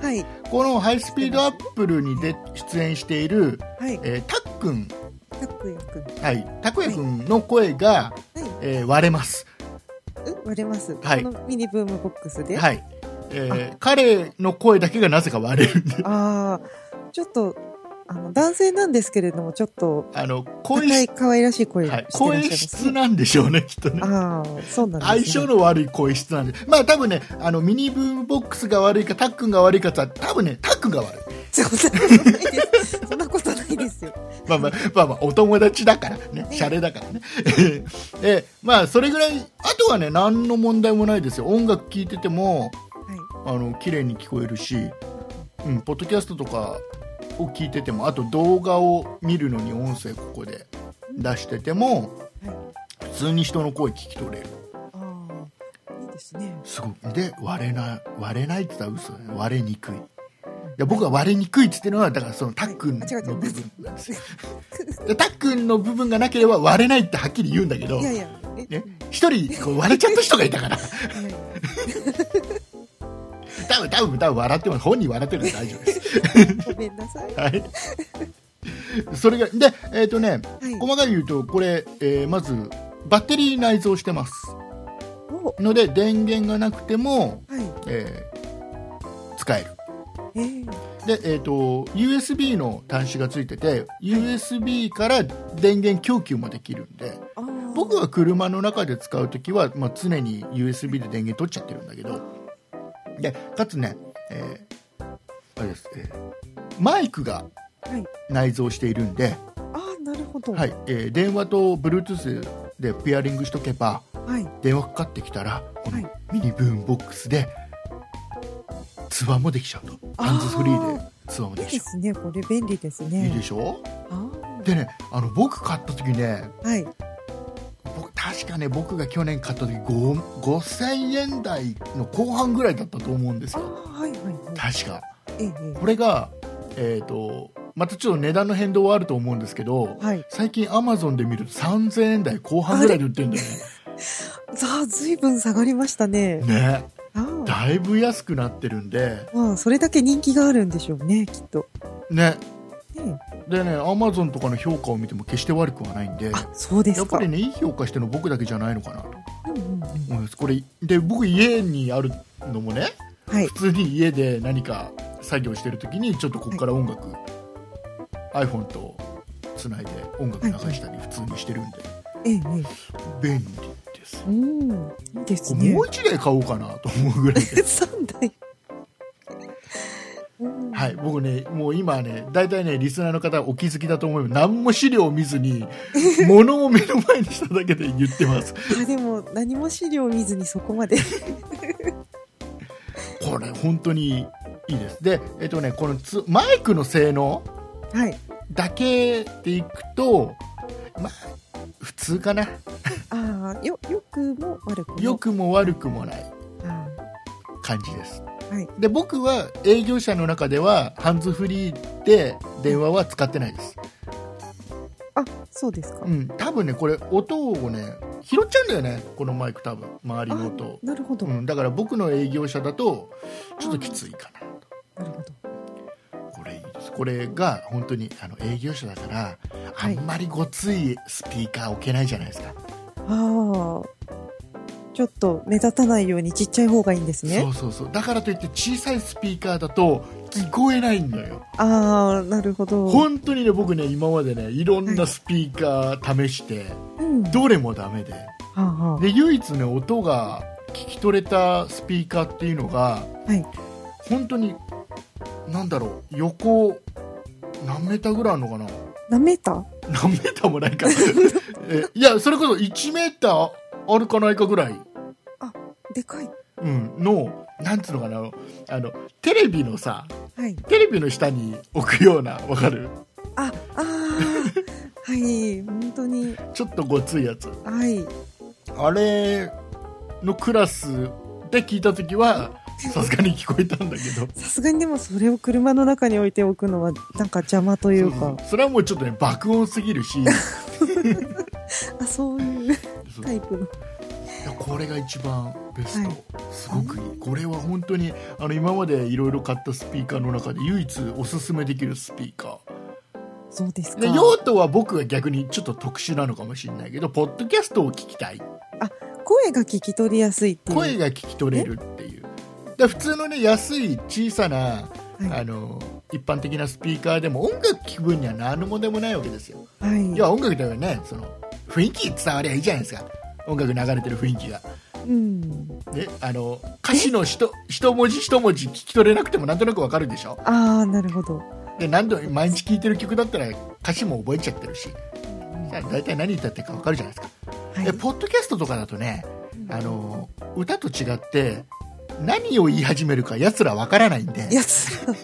S3: はい。
S2: このハイスピードアップルにで出演している、
S3: はい。
S2: えーたっくん
S3: タクヤくん。
S2: はいたくやくんの声が、
S3: は
S2: えー割れます
S3: い。うん、割れます。
S2: はい
S3: このミニブームボックスで。
S2: はい、えー彼の声だけがなぜか割れるんで
S3: ああ、ちょっと、あの、男性なんですけれども、ちょっと、
S2: あの声
S3: 高い
S2: 質、
S3: 可愛らしい声をして
S2: は
S3: らっ
S2: い
S3: し、ゃい
S2: 声
S3: ます、ね。
S2: 質なんでしょうねきっとね
S3: ああ、そうなんです、ね。
S2: 相性の悪い声質なんで、まあ多分ね、あのミニブームボックスが悪いか、タックンが悪いかって言ったら多分ね、タックンが悪い。
S3: そんなことないです。そんなことないですよ。
S2: まあまあ、まあまあ、お友達だからね、シャレだからね。 で、まあそれぐらい、あとはね、何の問題もないですよ。音楽聴いてても、あ
S3: は
S2: の、綺麗に聞こえるし、うん、ポッドキャストとかを聞いてても、あと動画を見るのに音声ここで出してても、
S3: い。はい。
S2: 普通に人の声聞き取れる。
S3: ああ、いいですね。
S2: すごいで割れない割れないって言ったら嘘だね割れにくいいや僕は割れにくいって言ってるのはだからそのたっくんの
S3: はいあ違う違
S2: 部
S3: う
S2: 分なんですよでたっくんの部分がなければ割れないってはっきり言うんだけど
S3: いやい
S2: ね
S3: や、え、
S2: 一人こう割れちゃった人がいたから
S3: はい
S2: 多分多分多分笑っても本人笑ってるから大丈夫です
S3: ごめんなさい。は
S2: はいそれがでえっ、とね
S3: い。
S2: 細かく言うとこれ、えーまずバッテリー内蔵してます
S3: お
S2: ので電源がなくても、
S3: はい。
S2: えー使える
S3: えー、
S2: で、えー、と USB の端子がついてて USB から電源供給もできるんで
S3: ああ。
S2: 僕は車の中で使う時は、まあ、常に USB で電源取っちゃってるんだけどでかつね、えーあれですえーマイクが
S3: はい。
S2: 内蔵しているんで、
S3: ああ、なるほど。
S2: はい。えー電話と Bluetooth でピアリングしとけば
S3: はい。
S2: 電話かかってきたらこ
S3: はい
S2: のミニブームボックスで通話もできちゃうと
S3: あー
S2: ハンズフリーで通話も
S3: い
S2: で
S3: い
S2: きち
S3: で
S2: ゃ
S3: すね。これ便利です
S2: ういい
S3: ね。
S2: でしょ
S3: あ
S2: でねあの僕買った時ね
S3: あ。はい。
S2: 僕確かね僕が去年買った時5 5000円台の後半ぐらいだったと思うんです
S3: ああ、
S2: よ
S3: はいはいはい。
S2: 確か
S3: ええ
S2: これがえっ、とまたちょっと値段の変動はあると思うんですけど
S3: はい。
S2: 最近アマゾンで見ると3000円台後半ぐらいで売ってるんだよ
S3: さあ、ずいぶん下がりました ね。
S2: ねね
S3: ああ。
S2: だいぶ安くなってるんで
S3: まあ、それだけ人気があるんでしょうね、きっと。
S2: ね
S3: ねえ
S2: でねアマゾンとかの評価を見ても決して悪くはないんで
S3: あ、そうで
S2: や
S3: す
S2: っぱ
S3: か。
S2: りねいい評価してるの僕だけじゃないのかなと
S3: うんうんうん。
S2: 思いますこれで僕家にあるのもね
S3: は い。
S2: 普通に家で何か作業してる時にちょっとここから音楽、iPhone とつないで音楽流したり普通にしてるんで
S3: ええええ。
S2: 便利でです。
S3: うん。いいですね
S2: も。う一台買おうかなと思うぐらいで
S3: 三台。うん
S2: はい、僕ね、もう今ね、大体ね、リスナーの方お気づきだと思うよ何も資料を見ずに、物を目の前にしただけで言ってます。
S3: あでも何も資料見ずにそこまで。
S2: これ、本当にいいです。で、えっとね、このつマイクの性能
S3: はい。
S2: だけでいくと、まあ、普通かな。
S3: ああよよくも悪くも。
S2: 良くも悪くもない
S3: あ
S2: 感じです。
S3: はい
S2: で、僕は営業者の中では、ハンズフリーで電話は使ってないです。
S3: ー。あそうですか
S2: う。ん、多分ね、これ、音をね、拾っちゃうんだよね、このマイク、多分周りの音を。
S3: なるほど。
S2: うん、だから僕の営業者だとちょっときついか
S3: なるほど。
S2: なこれいいですこれが本当にあの営業者だからあ
S3: はい
S2: んまりごついスピーカー置けないじゃないですか、
S3: ああ。ちょっと目立たないようにちっちゃい方がいいんです
S2: そ
S3: ね。
S2: うそうそうだからといって小さいスピーカーだと聞こえないのよ
S3: ああ、なるほど。
S2: 本当にね僕ね今までねいろんなスピーカー試して
S3: うん。は
S2: どれもダメで
S3: あ、は
S2: で唯一ね音が聞き取れたスピーカーっていうのが
S3: あ、はい。
S2: 本当になんだろう横何メーターぐらいあるのかな
S3: 何メーター
S2: 何メーターもない かえいやそれこそ1メーターあるかないかぐらい、
S3: でかい。
S2: うん、のなんつうのかなあのテレビのさ
S3: はい。
S2: テレビの下に置くようなわかる
S3: あ、あ あ。はい。本当に。
S2: ちょっとごついやつ
S3: はい。
S2: あれのクラスで聞いた時はさすがに聞こえたんだけど
S3: さすがにでもそれを車の中に置いておくのはなんか邪魔という
S2: そ
S3: か
S2: う。そうそれはもうちょっとね爆音すぎるし
S3: あ、そういう
S2: そう
S3: タイプの。
S2: いやこれが一番ベスト、
S3: はい
S2: すごくいいこれは本当にあの今までいろいろ買ったスピーカーの中で唯一おすすめできるスピーカ
S3: そうです
S2: ーで
S3: か。
S2: 用途は僕は逆にちょっと特殊なのかもしれないけどポッドキャストを聞きたい
S3: 声が聞き取りやすいっていう。
S2: 声が聞き取れるっていうで普通のね安い小さな、
S3: は
S2: あの一般的なスピーカーでも音楽聞く分には何もでもないわけですよ
S3: い。はい。
S2: 要は音楽だよねその雰囲気伝わりゃいいじゃないですか音楽流れてる雰囲気が
S3: うん。
S2: ね、あの歌詞のひと一文字一文字聞き取れなくてもなんとなくわかるでしょ
S3: ああ、なるほど。
S2: で何度毎日聴いてる曲だったら歌詞も覚えちゃってるし
S3: うんは
S2: 大体何言ったってかわかるじゃないですか、で
S3: い。
S2: ポッドキャストとかだとねあの歌と違って何を言い始めるかやつらわからないんで
S3: いやつら、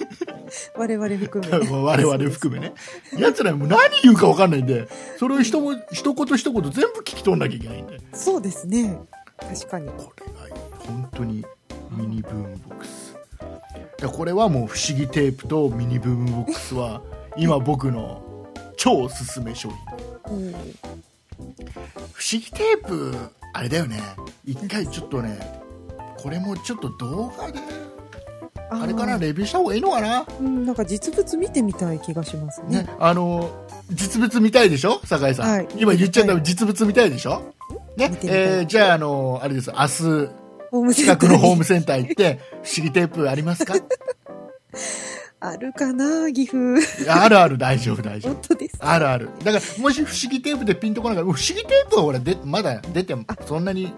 S3: 我々含 め。
S2: 我々含めねやつらも何言うかわかんないんでそれを一文一言一言全部聞き取んなきゃいけないんで
S3: そうですね。確かに。
S2: これがいい本当にミニブームボックスだからこれはもう不思議テープとミニブームボックスは今僕の超おすすめ商品
S3: うん
S2: 不思議テープあれだよね一回ちょっとねこれもちょっと動画で
S3: ー
S2: あれかなレビューした方がいいのかな、
S3: うん、なんか実物見てみたい気がしますね。
S2: ね、あの実物見たいでしょ酒井さん、
S3: はい
S2: 今言っちゃった実物見たいでしょね
S3: 見てみたい
S2: えーじゃああのあれです 明日
S3: ホームセン
S2: 近
S3: ター
S2: くのホーム
S3: に
S2: センター行って不思議テープありますか
S3: あるかな、岐阜。
S2: あるある大丈夫大丈夫
S3: 本当です。
S2: あるあるだからもし不思議テープでピンとこなかった不思議テープはほらでまだ出てもそんなに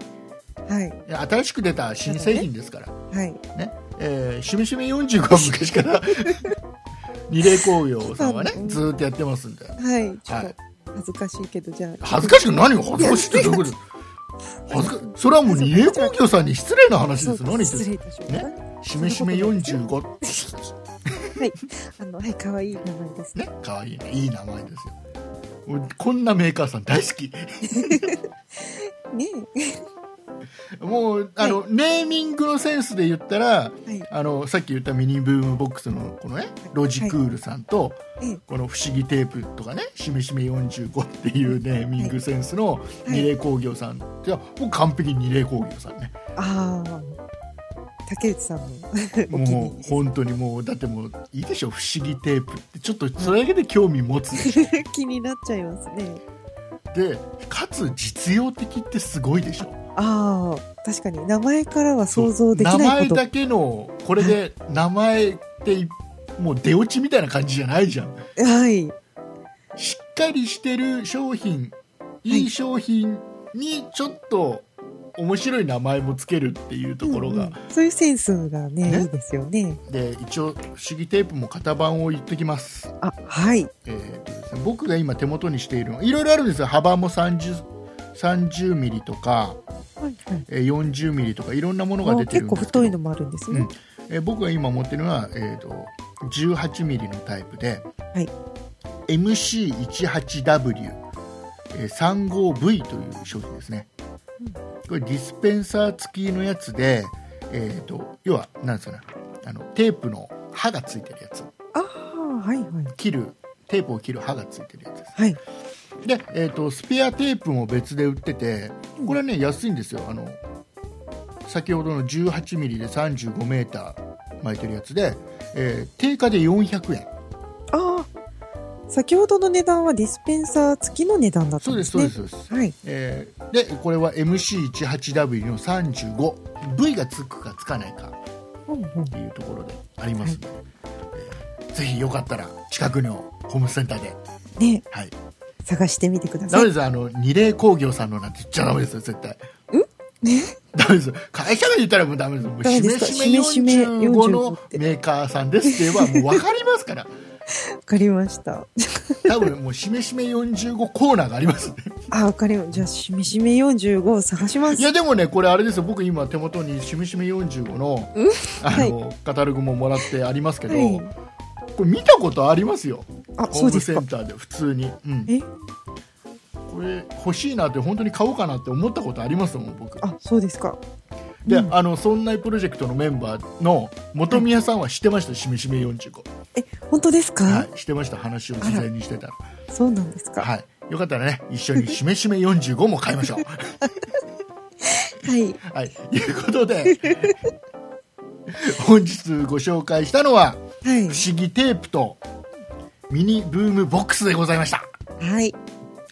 S3: はい、
S2: 新しく出た新製品ですから
S3: はい。
S2: ねえーしめしめ45は昔から 二礼工業さんはね
S3: うん
S2: ずーっとやってますんで
S3: はい。ちょっ
S2: はい
S3: と恥ずかしいけど、じゃあ。
S2: 恥ずかしく何が恥ずかしいってどういうこと恥ずかそれはもう二礼工業さんに失礼な話です
S3: そ
S2: 何
S3: う
S2: 言ってん
S3: 失
S2: す
S3: 礼いたしました。
S2: しめしめ45
S3: はい。あの、はい、可愛い名前ですね。
S2: ねかわいいねいい名前ですよ俺こんなメーカーさん大好き
S3: ね
S2: もうあの、ネーミングのセンスで言ったら
S3: え。はい。
S2: あのさっき言ったミニブームボックスのこのねロジクールさんと、
S3: ええ。
S2: この「不思議テープ」とかね「しめしめ45」っていうネーミングセンスの
S3: い
S2: 二礼工業さんいやもう完璧に二礼工業さんね
S3: ああ。竹内さんのお気
S2: も
S3: に入
S2: う
S3: り
S2: 本当にもうだってもういいでしょ「不思議テープ」ってちょっとそれだけで興味持つでしょ、
S3: です。 気になっちゃいますね。
S2: でかつ実用的ってすごいでしょ
S3: ああ、確かに名前からは想像でき
S2: 名
S3: ない
S2: 前
S3: こと。
S2: だけのこれで名前っていもう出落ちみたいな感じじゃないじゃん
S3: はい。
S2: しっかりしてる商品いい商品にちょっと面白い名前もつけるっていうところが、
S3: うんうんそういうセンスがね
S2: ね
S3: いいですよね
S2: で一応主義テープも型番を言ってきます,、
S3: あはい
S2: えーとですね僕が今手元にしているのいろいろあるんですよ幅も30 30ミリとか、えー40ミリとかいろんなものが
S3: あ
S2: 出て
S3: 結
S2: るん
S3: 構
S2: ですけど
S3: 太いのもあるんですね、
S2: えー僕が今持ってるのは、えー、と18ミリのタイプで、
S3: はい
S2: MC18W35V、えー 35V という商品ですね、
S3: うん
S2: これディスペンサー付きのやつで、えー、と要はなんですかねあのテープの刃がついてるやつ
S3: ああはいはい
S2: 切るテープを切る刃がついてるやつです
S3: はい
S2: で、えー、とスペアテープも別で売っててこれはね安いんですよあの先ほどの 18mm で 35m 巻いてるやつで、えー定価で400円
S3: ああ先ほどの値段はディスペンサー付きの値段だった
S2: そ
S3: ん
S2: う
S3: で
S2: です
S3: す
S2: そう
S3: ね
S2: ですそうです、
S3: はい
S2: えーでこれは MC18W の 35V がつくかつかないか
S3: うんうん
S2: っていうところでありますので、えーぜひよかったら近くのホームセンターで
S3: ね
S2: はい
S3: 探してみてくだ
S2: ダ
S3: さ
S2: メ
S3: い
S2: ですあの二霊工業さんのなんて言っちゃダメですよ絶対ダメです会社名で言ったらもうダメですもう
S3: ダメですか
S2: しめしめ
S3: しめしめ
S2: 45の
S3: 45って
S2: メーカーさんですって言えばもう分かりますから
S3: わかりました
S2: 多分もうしめしめ45コーナーがあり ますね
S3: あわかりましたじゃあしめしめ45を探しま
S2: い
S3: す
S2: やでもねこれあれですよ僕今手元にしめしめ45のあの、カタログももらってありますけど、
S3: はい
S2: これ見たことありますよ
S3: あ
S2: ホ
S3: そ
S2: ー
S3: うで
S2: ム
S3: す
S2: セ
S3: か
S2: ンターで普通に、うん、
S3: え
S2: これ欲しいなって本当に買おうかなって思ったことありますもん僕
S3: あそうですか
S2: で、
S3: うん
S2: あのそんなプロジェクトのメンバーの本宮さんは知ってました、しめしめ45、
S3: え本当ですか、
S2: はい、知ってました話を事前にしてたら
S3: そうなんですか
S2: はいよかったらね一緒にしめしめ45も買いまし ょう
S3: はい
S2: はいいうことで本日ご紹介したのは
S3: はい
S2: 不思議テープとミニブームボックスでございました
S3: はい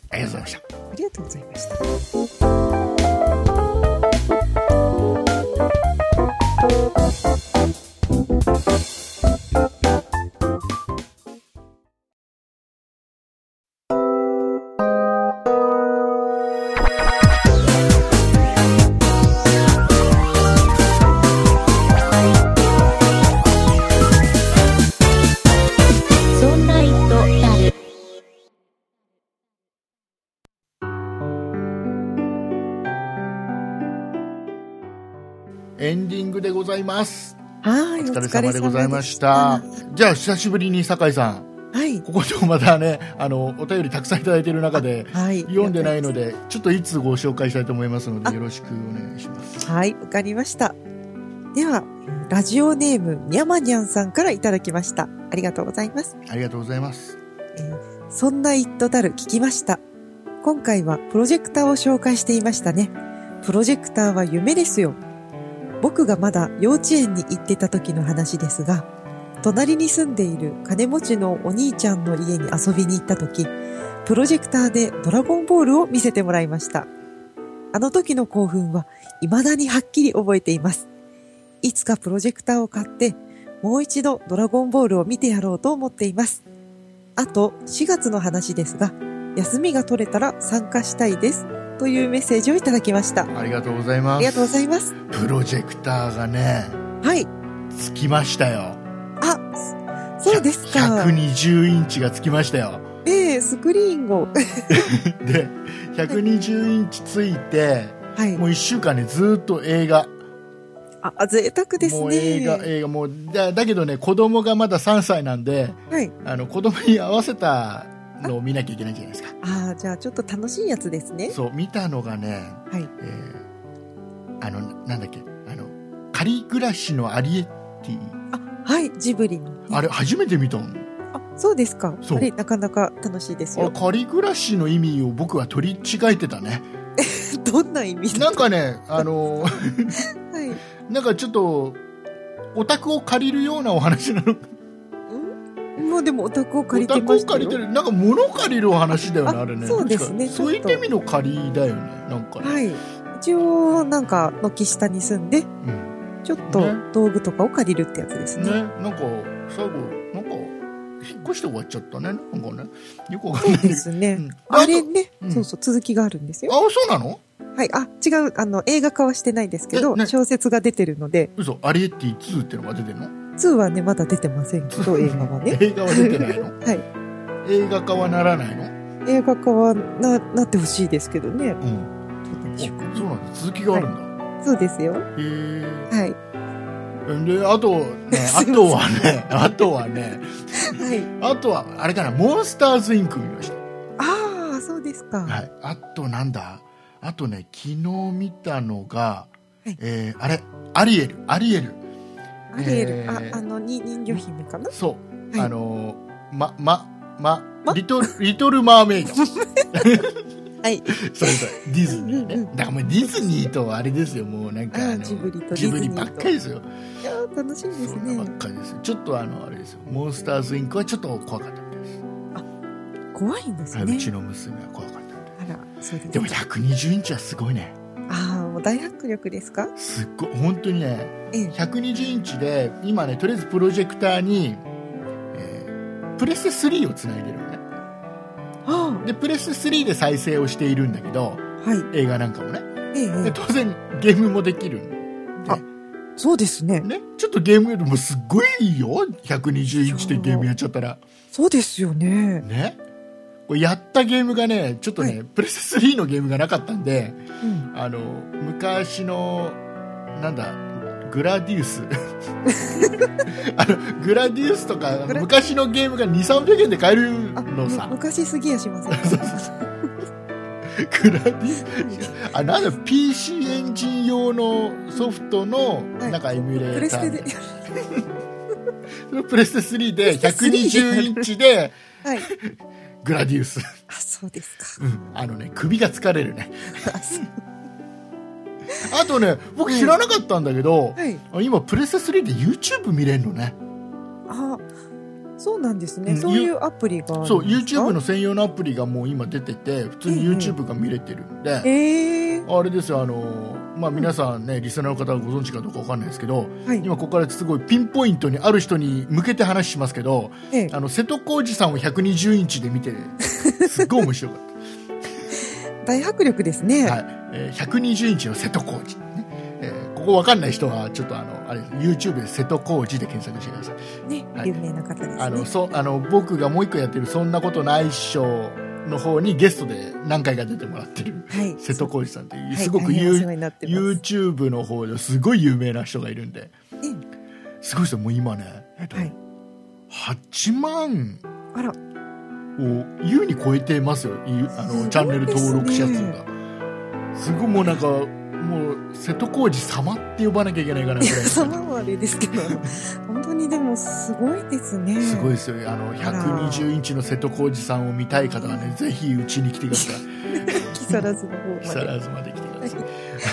S2: ありがとうございました
S3: ありがとうございました
S1: そんな糸だる。
S2: エンディングでございます
S3: はい
S2: お
S3: お
S2: 疲
S3: 疲
S2: れ様で
S3: れ様で
S2: ご
S3: ご
S2: ざ
S3: ざ
S2: い
S3: い
S2: ま
S3: ま
S2: し
S3: した
S2: たじゃあ久しぶりに酒井さん
S3: はい
S2: ここでもまたねあのお便りたくさんいただいてる中で
S3: はい
S2: 読んでないのでちょっといつご紹介したいと思いますの
S3: あ
S2: でよろしくお願いします
S3: はい、わかりました。では、ラジオネーム、みやまにゃんさんからいただきました。ありがとうございます。
S2: ありがとうございます
S3: えーそんな一途たる聞きました。今回はプロジェクターを紹介していましたね。プロジェクターは夢ですよ。僕がまだ幼稚園に行ってた時の話ですが、隣に住んでいる金持ちのお兄ちゃんの家に遊びに行った時、プロジェクターでドラゴンボールを見せてもらいました。あの時の興奮は未だにはっきり覚えています。いつかプロジェクターを買って、もう一度ドラゴンボールを見てやろうと思っています。あと4月の話ですが、休みが取れたら参加したいです。というメッセージをいただきました。
S2: ありがとうございます
S3: ありがとうございます。
S2: プロジェクターがね
S3: はい。
S2: つきましたよ
S3: あ、そうですか。
S2: 120インチがつきましたよ
S3: ええスクリーンを。
S2: で120インチついて
S3: はい
S2: も。う1週間ねずーっと映画
S3: あ、贅沢ですね。
S2: もう映画映画もうだだけどね子供がまだ3歳なんで
S3: はい。
S2: あの子供に合わせたのを見なきゃいけないじゃないですか
S3: あーじゃあちょっと楽しいやつですね。
S2: そう見たのがね、
S3: はい。
S2: えー、あのなんだっけあの「仮暮らしのアリエッティ
S3: はい、ジブリのね、」
S2: あれ初めて見たの
S3: あ、そうですか。
S2: そう
S3: あれ、なかなか楽しいです
S2: あれ
S3: よ。
S2: 仮暮らしの意味を僕は取り違えてたね
S3: どんな意味
S2: な
S3: だ
S2: んかねあの
S3: はい。
S2: なんかちょっとお宅を借りるようなお話なの
S3: もうでもお宅を借
S2: お
S3: りて
S2: 宅
S3: ま
S2: を
S3: したよ。
S2: 借りてるなんか物を借りるお話だよね
S3: あ
S2: あれね
S3: そうですね
S2: 確かそういった意味の借りだよねなんかね、
S3: はい。一応、なんか、軒下に住んで、
S2: うん
S3: ちょっ
S2: ね
S3: と道具とかを借りるってやつです
S2: ね
S3: ね。
S2: なんか最後なんか引っ越して終わっちゃったねなんかねよくわかんない
S3: そう
S2: んだけ
S3: で
S2: ど
S3: すね。
S2: うん
S3: あれね、
S2: うん
S3: そうそう、続きがあるんです
S2: あ
S3: よ。
S2: そうなの
S3: はい。あ、違う。あの、映画化はしてないですけど
S2: え、ね
S3: 小説が出てるので、
S2: 嘘アリエッティ2ってのが出てるの
S3: 2はね、まだ出てませんけど、映画はね。
S2: 映画は出てない の
S3: はい。
S2: 映画化はならないの
S3: 映画化はな、なってほしいですけどね。
S2: うん
S3: そう
S2: あそうなんだ続きがあるんだ、
S3: そうですよ。
S2: へえ
S3: はい。
S2: であと ねあとはねあとはね
S3: はい。
S2: あとはあれかなモンスターズインク見ました
S3: ああ、そうですか。
S2: はい、あとなんだあとね昨日見たのが、
S3: はい
S2: えーあれアリエルアリエル
S3: アリエル、
S2: えー
S3: あ、あの、に人魚姫かな
S2: そう、
S3: はい
S2: あのーままま
S3: ま
S2: リトルリトルマーメ イド
S3: はい。
S2: それ それディズニーね
S3: うんうんうん
S2: だからもうディズニーとあれですよもうなんか
S3: あ
S2: あの
S3: ジブリとディズ
S2: ジ
S3: ニーと
S2: ブリばっかりですよ
S3: いやー楽しみです
S2: そんなば
S3: ね。
S2: っかりですよちょっとあのあれですよモンスターズインクはちょっと怖かったみたいです、
S3: 怖いんです
S2: はい
S3: ね
S2: う。ちの娘は怖かったみたいで
S3: あら、そうです
S2: でも120インチはすごいね
S3: ああ、もう大迫力ですか
S2: すっごい本当にね
S3: ええ。
S2: 120インチで今ねとりあえずプロジェクターに、えープレステ3をつないでるのね
S3: あ
S2: でプレステ3で再生をしているんだけど
S3: あ、はい。
S2: 映画なんかもね
S3: えええ
S2: で
S3: え。
S2: 当然ゲームもできる
S3: あそうですね。
S2: ねちょっとゲームよりもすっごいよ120インチでゲームやっちゃったら
S3: そうですよね。
S2: ねこれやったゲームがねちょっとね、
S3: は
S2: プレステ3のゲームがなかったんで
S3: うん。
S2: あの昔のなんだグラディウ スあのグラディウスとかあ
S3: グ
S2: の
S3: ラ
S2: 昔のゲームが2300円で買える
S3: あ、
S2: の
S3: む
S2: さ
S3: 昔すぎやしませ んか
S2: グラディウスあなんだ PC エンジン用のソフトの
S3: はい
S2: なんかエミュレ
S3: プ
S2: ー
S3: レ
S2: タ
S3: ス
S2: ー
S3: テ
S2: みたい
S3: で
S2: な、それプレステ3で120インチで
S3: はい。
S2: グラディウス、
S3: あ、そうです
S2: うんあのね首が疲れる ね
S3: か。あそう
S2: あとね僕知らなかったんだけど、
S3: はい。
S2: あ今プレステ3で YouTube 見れるのね
S3: あ、そうなんです
S2: う
S3: ね。
S2: ん
S3: そういうアプリがあるんですか。
S2: そう YouTube の専用のアプリがもう今出てて普通に YouTube が見れてるんで、
S3: ええ
S2: あれですよあのーまあ皆さんねリスナーの方はご存知かどうかわかんないですけど
S3: はい。
S2: 今ここからすごいピンポイントにある人に向けて話しますけど
S3: ええ
S2: あの瀬戸康史さんを120インチで見てすっごい面白かっ
S3: 大迫力ですね。
S2: た、はいえー120インチの瀬戸康史、ねえーここわかんない人はちょっとあのあれ YouTube で瀬戸康史で検索してください
S3: ね、
S2: はい
S3: 有名な方ですね。
S2: あのそうあの僕がもう一個やってる「そんなことないっしょ」の方にゲストで何回か出てもらってる
S3: はい。
S2: 瀬戸康史さんっていう
S3: はい
S2: すごく
S3: 大変お世
S2: 有、
S3: 話になってます。
S2: YouTube の方ですごい有名な人がいるんで
S3: え
S2: すごい人もう今ね、えっと
S3: はい。
S2: 8万
S3: あら、
S2: を優に超えてますよゆあ
S3: すごいです
S2: の
S3: ね
S2: チャンネル登録者数がすごいもうなんかもう瀬戸康史様って呼ばなきゃいけないかなぐらい
S3: そのはあれですけど、本当にでもすごいですね。
S2: すごいですよあの120インチの瀬戸康史さんを見たい方はねぜひうちに来てください
S3: 木更津の方
S2: 木
S3: まで。
S2: 更津まで来てくだ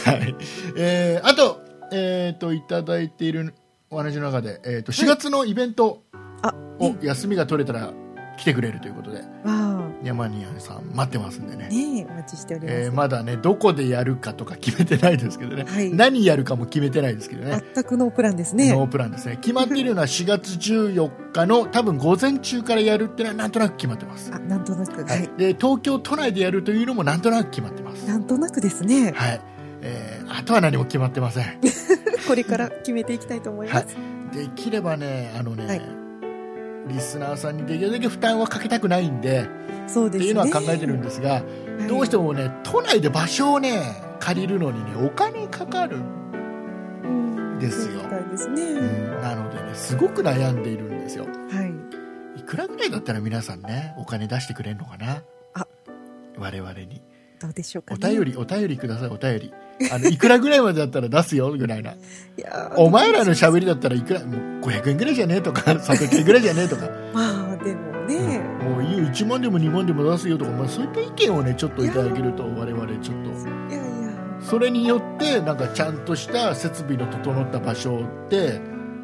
S2: さい。はい。えーあと、えっ、と、いただいているお話の中で、えっ、と、4月のイベント
S3: あ、
S2: を
S3: ね、
S2: 休みが取れたら来てくれるということで、
S3: わ
S2: 山ニアさん待ってますんで
S3: あ、
S2: ね。
S3: ねえ、お待ちしております。
S2: えーまだね、どこでやるかとか決めてないですけどね。
S3: はい
S2: 何やるかも決めてないですけどね。
S3: 全くノープランですね。
S2: ノープランですね。決まっているのは4月14日の多分午前中からやるっていうのはなんとなく決まってます。
S3: あ、なんとなく、
S2: は
S3: はいい。
S2: で、東京都内でやるというのもなんとなく決まってます。
S3: なんとなくですね。
S2: はい。えーあとは何も決まってません。
S3: これから決めていきたいと思います。
S2: できればね、あのね、
S3: はい
S2: リスナーさんにできるだけ負担はかけたくないんで、
S3: そうで
S2: っ
S3: す
S2: て
S3: ね。
S2: いうのは考えてるんですが、
S3: はい
S2: どうしてもね、都内で場所をね、借りるのにね、お金かかる。
S3: うん
S2: ですよ
S3: そうみたいです
S2: うん
S3: ね。
S2: なのでね、すごく悩んでいるんですよ。
S3: はい。
S2: いくらぐらいだったら皆さんね、お金出してくれるのかな
S3: あ
S2: 我々に。
S3: どうでしょうか
S2: お
S3: ね。
S2: 便り、お便りください、お便り。あの、いくらぐらいまでだったら出すよ、ぐらいな。
S3: いやー
S2: お前らの喋りだったらいくら、もう500円ぐらいじゃねえとか、300円ぐらい じゃねえとか。
S3: まあ、でもね。
S2: もういいよ1万でも2万でも出すよとか、まあ、そういった意見をねちょっといただけると我々ちょっと
S3: いやいや、
S2: それによってなんかちゃんとした設備の整った場所って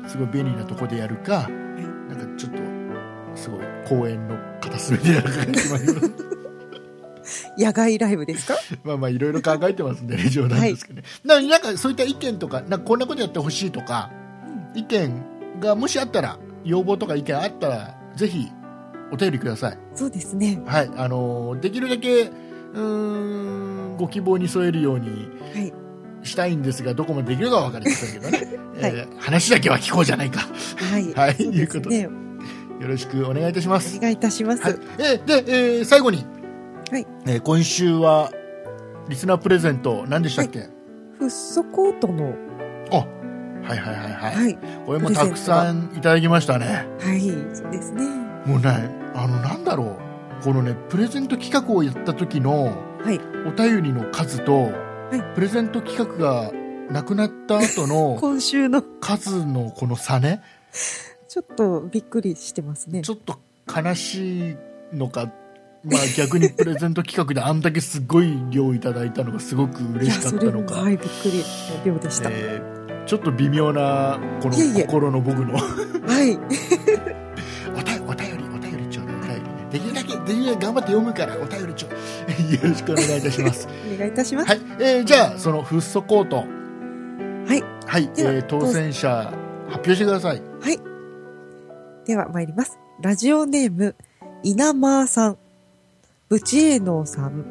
S2: すごい便利なとこでやるかなんかちょっとすごい公園の片隅でやるか決まります
S3: 野外ライブですか
S2: まあまあいろいろ考えてますんでね冗談ですけどね、なのになんかそういった意見とかなんかこんなことやってほしいとか意見がもしあったら要望とか意見あったらぜひお便りください
S3: そうですね。
S2: はい、あのーできるだけうーんご希望に添えるように
S3: はい。
S2: したいんですがどこまでできるかは分かりませんけどね、
S3: はい
S2: えー話だけは聞こうじゃないか
S3: はい。
S2: はい
S3: そうです
S2: いうこと
S3: ね。
S2: よろしくお願いいたします
S3: お願いいたします。
S2: はい、えーで、えー最後に、
S3: はい
S2: えー今週はリスナープレゼント何でしたっけ、
S3: フッ素コートの、
S2: あはいはいはいはい、
S3: はい。
S2: これもたくさんいただきましたね
S3: はい。そうですね。
S2: もうねあのなんだろうこのねプレゼント企画をやった時の
S3: はい。
S2: お便りの数と、
S3: い
S2: プレゼント企画がなくなった後 の
S3: 今週の、
S2: 数のこの差ね
S3: ちょっとびっくりしてますね
S2: ち。ょっと悲しいのか、まあ、逆にプレゼント企画であんだけすごい量いただいたのがすごく
S3: い
S2: 嬉
S3: や、
S2: しかっ
S3: そ
S2: た
S3: れ
S2: の
S3: も、
S2: か
S3: はい、びっくりの秒でした。
S2: えーちょっと微妙なこの
S3: いえいえ
S2: 心の僕の
S3: はい。
S2: お便お便りお便りちょうだいお便りねできるだけできるだけ頑張って読むからお便りちょうよろしくお願いいた します
S3: お願いいたします。
S2: はい、えーじゃあそのフッ素コート
S3: はい。
S2: はい、え
S3: では
S2: ー当選者発表してください
S3: はい。では参ります。ラジオネーム、イナマーさん、ブチエノーさん、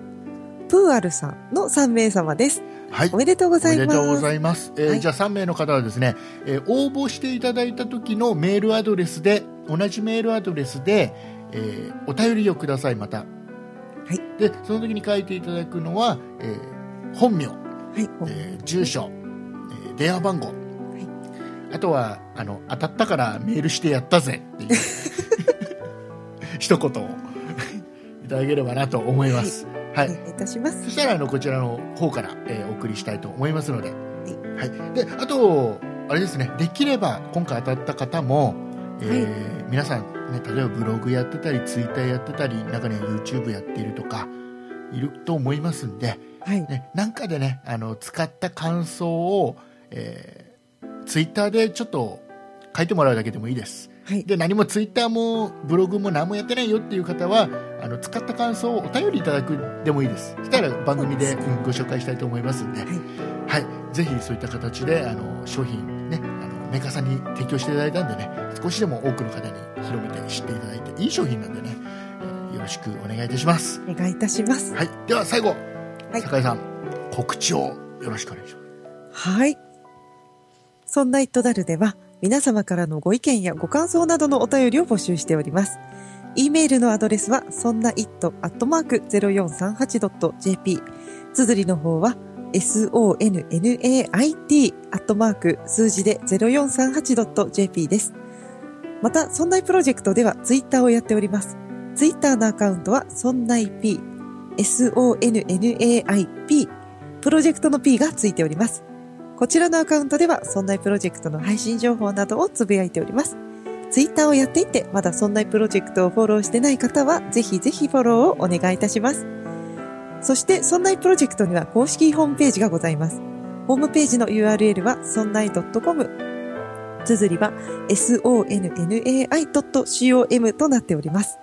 S3: プーアルさんの3名様です。
S2: はい
S3: おめでとうご
S2: お
S3: ざ
S2: め
S3: い
S2: で
S3: ま
S2: とうご
S3: す。
S2: ざいます、えー
S3: はい
S2: じゃあ3名の方はですね、えー応募していただいた時のメールアドレスで同じメールアドレスで、えーお便りをくださいまた、はい、でその時に書いていただくのは、えー本名、
S3: はい。
S2: えー住所、えー電話番号、あとはあの当たったからメールしてやったぜって いう一言を いただければなと思います、はい
S3: お願いいたします
S2: そ。したらあのこちらの方から、えーお送りしたいと思いますので、はい、であとあれですねできれば今回当たった方も、えー皆さん、ね、例えばブログやってたりツイッターやってたり中には YouTube やっているとかいると思いますんで、
S3: はい。
S2: ね、なんかでねあの使った感想を、えー、ツイッターでちょっと書いてもらうだけでもいいです
S3: はい。
S2: で何もツイッターもブログも何もやってないよっていう方はあの使った感想をお便りいただくでもいいですそしたら番組で、
S3: そう
S2: うんご紹介したいと思いますんで、はい
S3: い
S2: ぜひそういった形であの商品ねあのメーカーさんに提供していただいたんでね少しでも多くの方に広めて知っていただいていい商品なんでね、えーよろしくお願いいたします、
S3: お願いいたします。
S2: はい、では最後、
S3: い
S2: 酒井さん告知をよろしくお願いします
S3: はい。そんなイットダルでは、皆様からのご意見やご感想などのお便りを募集しております。e メールのアドレスは、そんな it.0438.jp。綴りの方は、sonnait アットマーク数字で 0438.jp です。また、そんないプロジェクトではツイッターをやっております。ツイッターのアカウントは、そんない p、sonnaip、プロジェクトの p がついております。こちらのアカウントでは、そんないプロジェクトの配信情報などをつぶやいております。ツイッターをやっていて、まだそんないプロジェクトをフォローしてない方は、ぜひぜひフォローをお願いいたします。そして、そんないプロジェクトには公式ホームページがございます。ホームページの URL は、そんない .com。綴りは、sonnai.com となっております。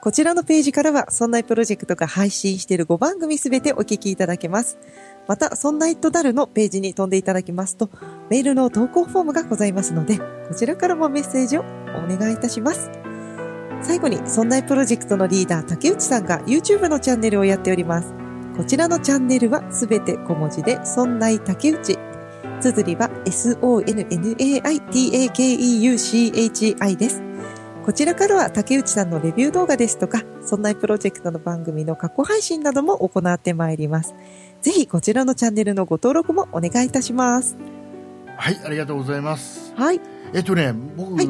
S3: こちらのページからは、そんないプロジェクトが配信している5番組すべてお聞きいただけます。また、そんなイットダルのページに飛んでいただきますと、メールの投稿フォームがございますので、こちらからもメッセージをお願いいたします。最後に、そんないプロジェクトのリーダー竹内さんが YouTube のチャンネルをやっております。こちらのチャンネルはすべて小文字で、そんない竹内。綴りは sonnaitakeuchi です。こちらからは竹内さんのレビュー動画ですとか、そんないプロジェクトの番組の過去配信なども行ってまいります。ぜひこちらのチャンネルのご登録もお願いいたします。
S2: はいありがとうございます
S3: はい。
S2: えっとね、僕、
S3: はい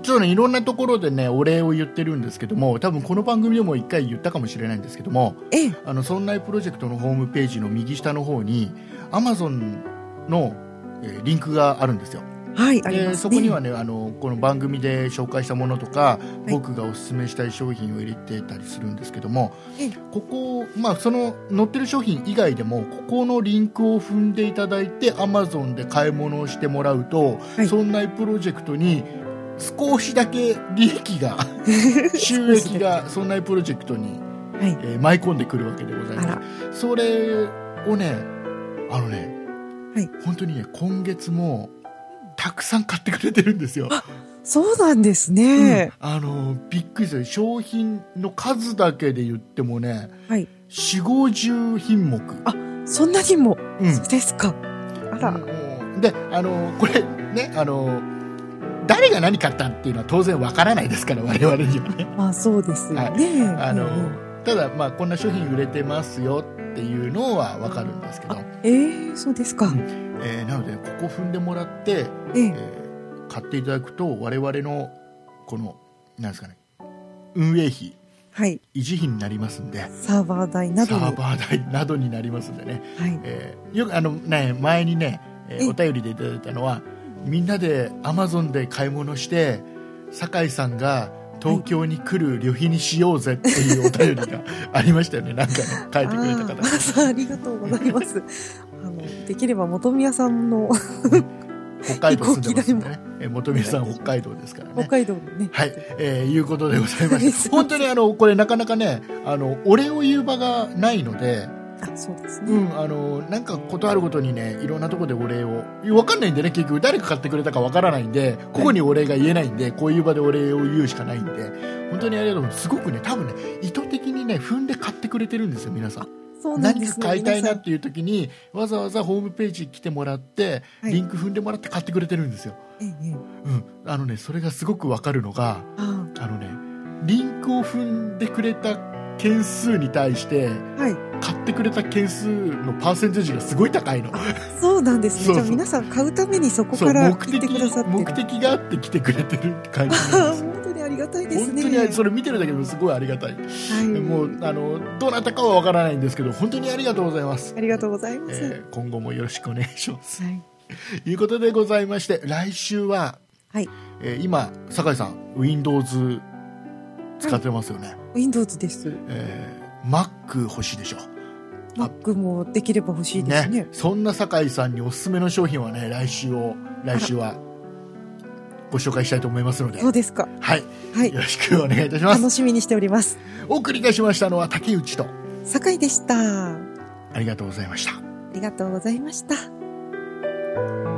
S2: ちょっとね、いろんなところでね、お礼を言ってるんですけども、多分この番組でも一回言ったかもしれないんですけども、
S3: ええ。
S2: あの、そんなプロジェクトのホームページの右下の方に、アマゾンの、えーリンクがあるんですよ。
S3: はい、あり
S2: で、
S3: ますね。
S2: そこにはね、あの、この番組で紹介したものとか、僕がおすすめしたい商品を入れてたりするんですけども
S3: ええ、
S2: ここ、まあ、その載ってる商品以外でも、ここのリンクを踏んでいただいて、アマゾンで買い物をしてもらうと、
S3: はい
S2: そんなプロジェクトに、少しだけ利益 が、収益が、そんなプロジェクトに、
S3: はい。
S2: えー舞い込んでくるわけでござい
S3: あ
S2: ま
S3: ら、
S2: す。それをね、あのね、
S3: はい
S2: 本当にね、今月も、たくさん買ってくれてるんですよ。
S3: そうなんです
S2: うん
S3: ね。
S2: あのびっくりする商品の数だけで言ってもね
S3: はい。
S2: 4 5 0品目
S3: そんなにも、
S2: うん
S3: そうですか。あら、
S2: うんであのこれねあの誰が何買ったっていうのは当然わからないです から我々にはね
S3: まあそうですよね。
S2: あの
S3: うんうん
S2: ただまあこんな商品売れてますよっていうのはわかるんですけど、
S3: えー、そうですか。
S2: うんえーなのでここ踏んでもらって、
S3: え
S2: え
S3: え
S2: ー買っていただくと我々のこのなんですかね運営費
S3: はい。
S2: 維持費になりますんで
S3: サーバー代な
S2: サ
S3: どに。
S2: ー
S3: は
S2: バー代などになりますんでね、
S3: い。
S2: えーよくあのね前にね、えー
S3: ええ
S2: お便りでいただいたのはみんなでアマゾンで買い物して酒井さんが東京に来る旅費にしようぜっていうお便りがありましたよね、なんかね書いてくれた方
S3: あー そうありがとうございます。 あの、できれば元宮さんの
S2: 北海道住んでますんでね、えー元宮さん北海道ですからね
S3: 北海道のね。
S2: はい、えーいうことでございまして
S3: すいません
S2: 本当にあのこれなかなかねあのお礼を言う場がないので、
S3: あ、そうです
S2: う
S3: ね。
S2: ん、あのなんかことあるごとにねいろんなところでお礼を分かんないんでね結局誰が買ってくれたか分からないんでここにお礼が言えないんでこういう場でお礼を言うしかないんで本当にありがとうございますすごくね多分ね意図的にね踏んで買ってくれてるんですよ皆さん
S3: そうなん
S2: 何
S3: です
S2: か
S3: ね。
S2: 買いたいな
S3: 皆さん
S2: っていう時にわざわざホームページ来てもらって、
S3: はい
S2: リンク踏んでもらって買ってくれてるんですよ、
S3: ええええ
S2: うん、あのねそれがすごく分かるのが
S3: あ
S2: あのねリンクを踏んでくれた件数に対して
S3: ーはい。
S2: 買ってくれた件数のパーセンテージがすごい高いの
S3: そうなんですね。
S2: そうそう
S3: じゃあ皆さん買うためにそこ
S2: そう
S3: から
S2: 目
S3: 行っ
S2: 的
S3: てくださってる。
S2: 目的があって来てくれてるって感じ
S3: あ
S2: なんで
S3: ー
S2: すよ
S3: 本当にありがたいです
S2: 本
S3: ね。
S2: 当にそれ見てるだけでもすごいありがたい、
S3: はい。
S2: もうあのどなたかはわからないんですけど本当にありがとうございます
S3: ありがとうございます。
S2: えー今後もよろしくお願いします
S3: はい。
S2: ということでございまして来週は、
S3: はい
S2: えー今酒井さん Windows 使ってますよね、
S3: Windows です。
S2: えー Mac 欲しいでしょ
S3: Mac もできれば欲しいですね。
S2: ね、そんな酒井さんにおすすめの商品はね来週を来週はご紹介したいと思いますので、
S3: そうですか。
S2: はい、
S3: はい
S2: よ。ろしくお願いいたします
S3: 楽しみにしております。
S2: お送りいたしましたのは竹内と
S3: 酒井でした。あ
S2: ありがとうございました
S3: りがとうございました。